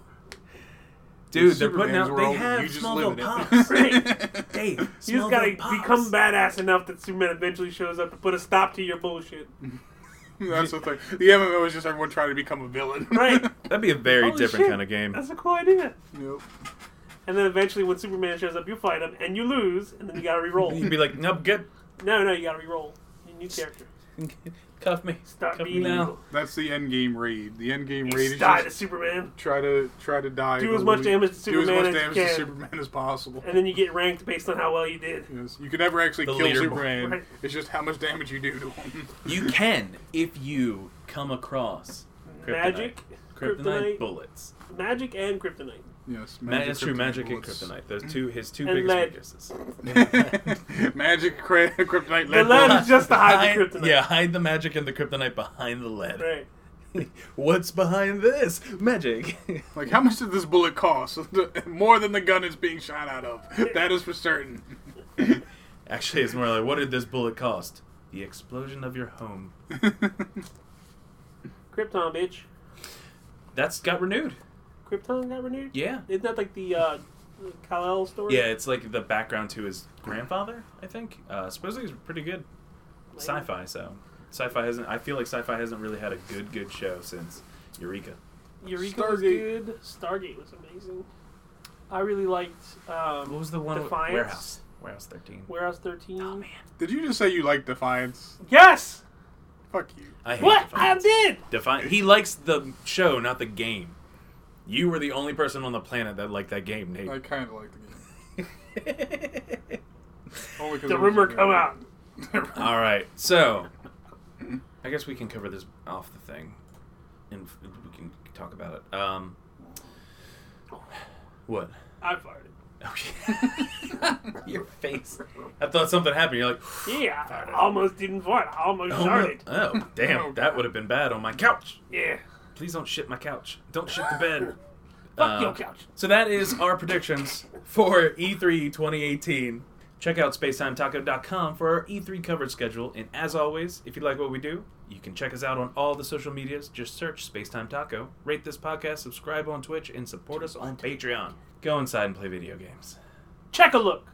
Dude, they're putting out. They have Smallville
[LAUGHS]
Pops.
[LAUGHS]
Dave,
You just gotta become badass enough that Superman eventually shows up to put a stop to your bullshit.
That's the thing. The MMO is just everyone trying to become a villain.
[LAUGHS] Right.
That'd be a very
Holy
different
shit,
kind of game.
That's a cool idea.
Nope.
And then eventually, when Superman shows up, you fight him and you lose, and then you gotta
[LAUGHS] You'd
reroll.
be like, nope, good.
no, no, you gotta reroll. Your new character.
Cuff me.
Stop
Cuff
being
me now.
evil.
That's the end game raid. The end game
You
raid is
die
just
to Superman,
try to try to die.
Do as
but
much
we-
damage to
do
Superman
as
as
much
you
damage
can.
to Superman as possible.
and then you get ranked based on how well you did.
Yes. You can never actually
The
kill
leaderboard.
Superman.
Right.
It's just how much damage you do to him.
You can if you come across kryptonite.
Magic,
kryptonite,
kryptonite.
bullets.
Magic and kryptonite.
Yes,
Ma- That's true. Magic and
bullets.
kryptonite. Those two, his two
And
biggest
lead.
weaknesses.
[LAUGHS] magic, cra- kryptonite,
The
lead.
lead
bullets.
is [LAUGHS] just to hide the
Hide-
kryptonite.
Yeah, hide the magic and the kryptonite behind the lead.
Right.
[LAUGHS] What's behind this
[LAUGHS]
magic?
Like, how much did this bullet cost? [LAUGHS] More than the gun it's being shot out of. That is for [LAUGHS] certain.
Actually, it's more like, what did this bullet cost? The explosion of your home.
Krypton, bitch.
That's got renewed.
Krypton got renewed?
Yeah.
Isn't that like the uh, Kal-El story?
Yeah, it's like the background to his grandfather. I think. Uh, supposedly, he's pretty good
Like,
sci-fi. So, sci-fi hasn't. I feel like sci-fi hasn't really had a good, good show since Eureka.
Eureka was
Stargate.
good. Stargate was amazing. I really liked
What
um,
was the one? with-
Defiance?
Warehouse. Warehouse thirteen.
Warehouse 13.
Oh man,
Did you just say you like Defiance?
Yes!
Fuck you.
I hate
What? I
Defiance.
did!
Defiance. He likes the show, not the game. You were the only person on the planet that liked that game, Nate.
I kind of like the game. Only 'cause
The
it was
rumor
good.
come out.
[LAUGHS] All right, so I guess we can cover this off the thing, and f- we can talk about it. Um, what? [SIGHS]
I fired it.
Oh, yeah. Your face. I thought something happened. You're like,
Yeah,
Fired
I
it.
almost didn't fart. I almost
oh, no.
started.
oh damn, that would have been bad on my couch.
Yeah.
Please don't shit my couch. Don't shit the bed.
Fuck
Uh,
your couch.
So that is our predictions for E E3 2018. Check out spacetimetaco.com for our E3 coverage schedule. And as always, if you like what we do, you can check us out on all the social medias. Just search Spacetime Taco, rate this podcast, subscribe on Twitch, and support us on Patreon. Go inside and play video games.
Check a look.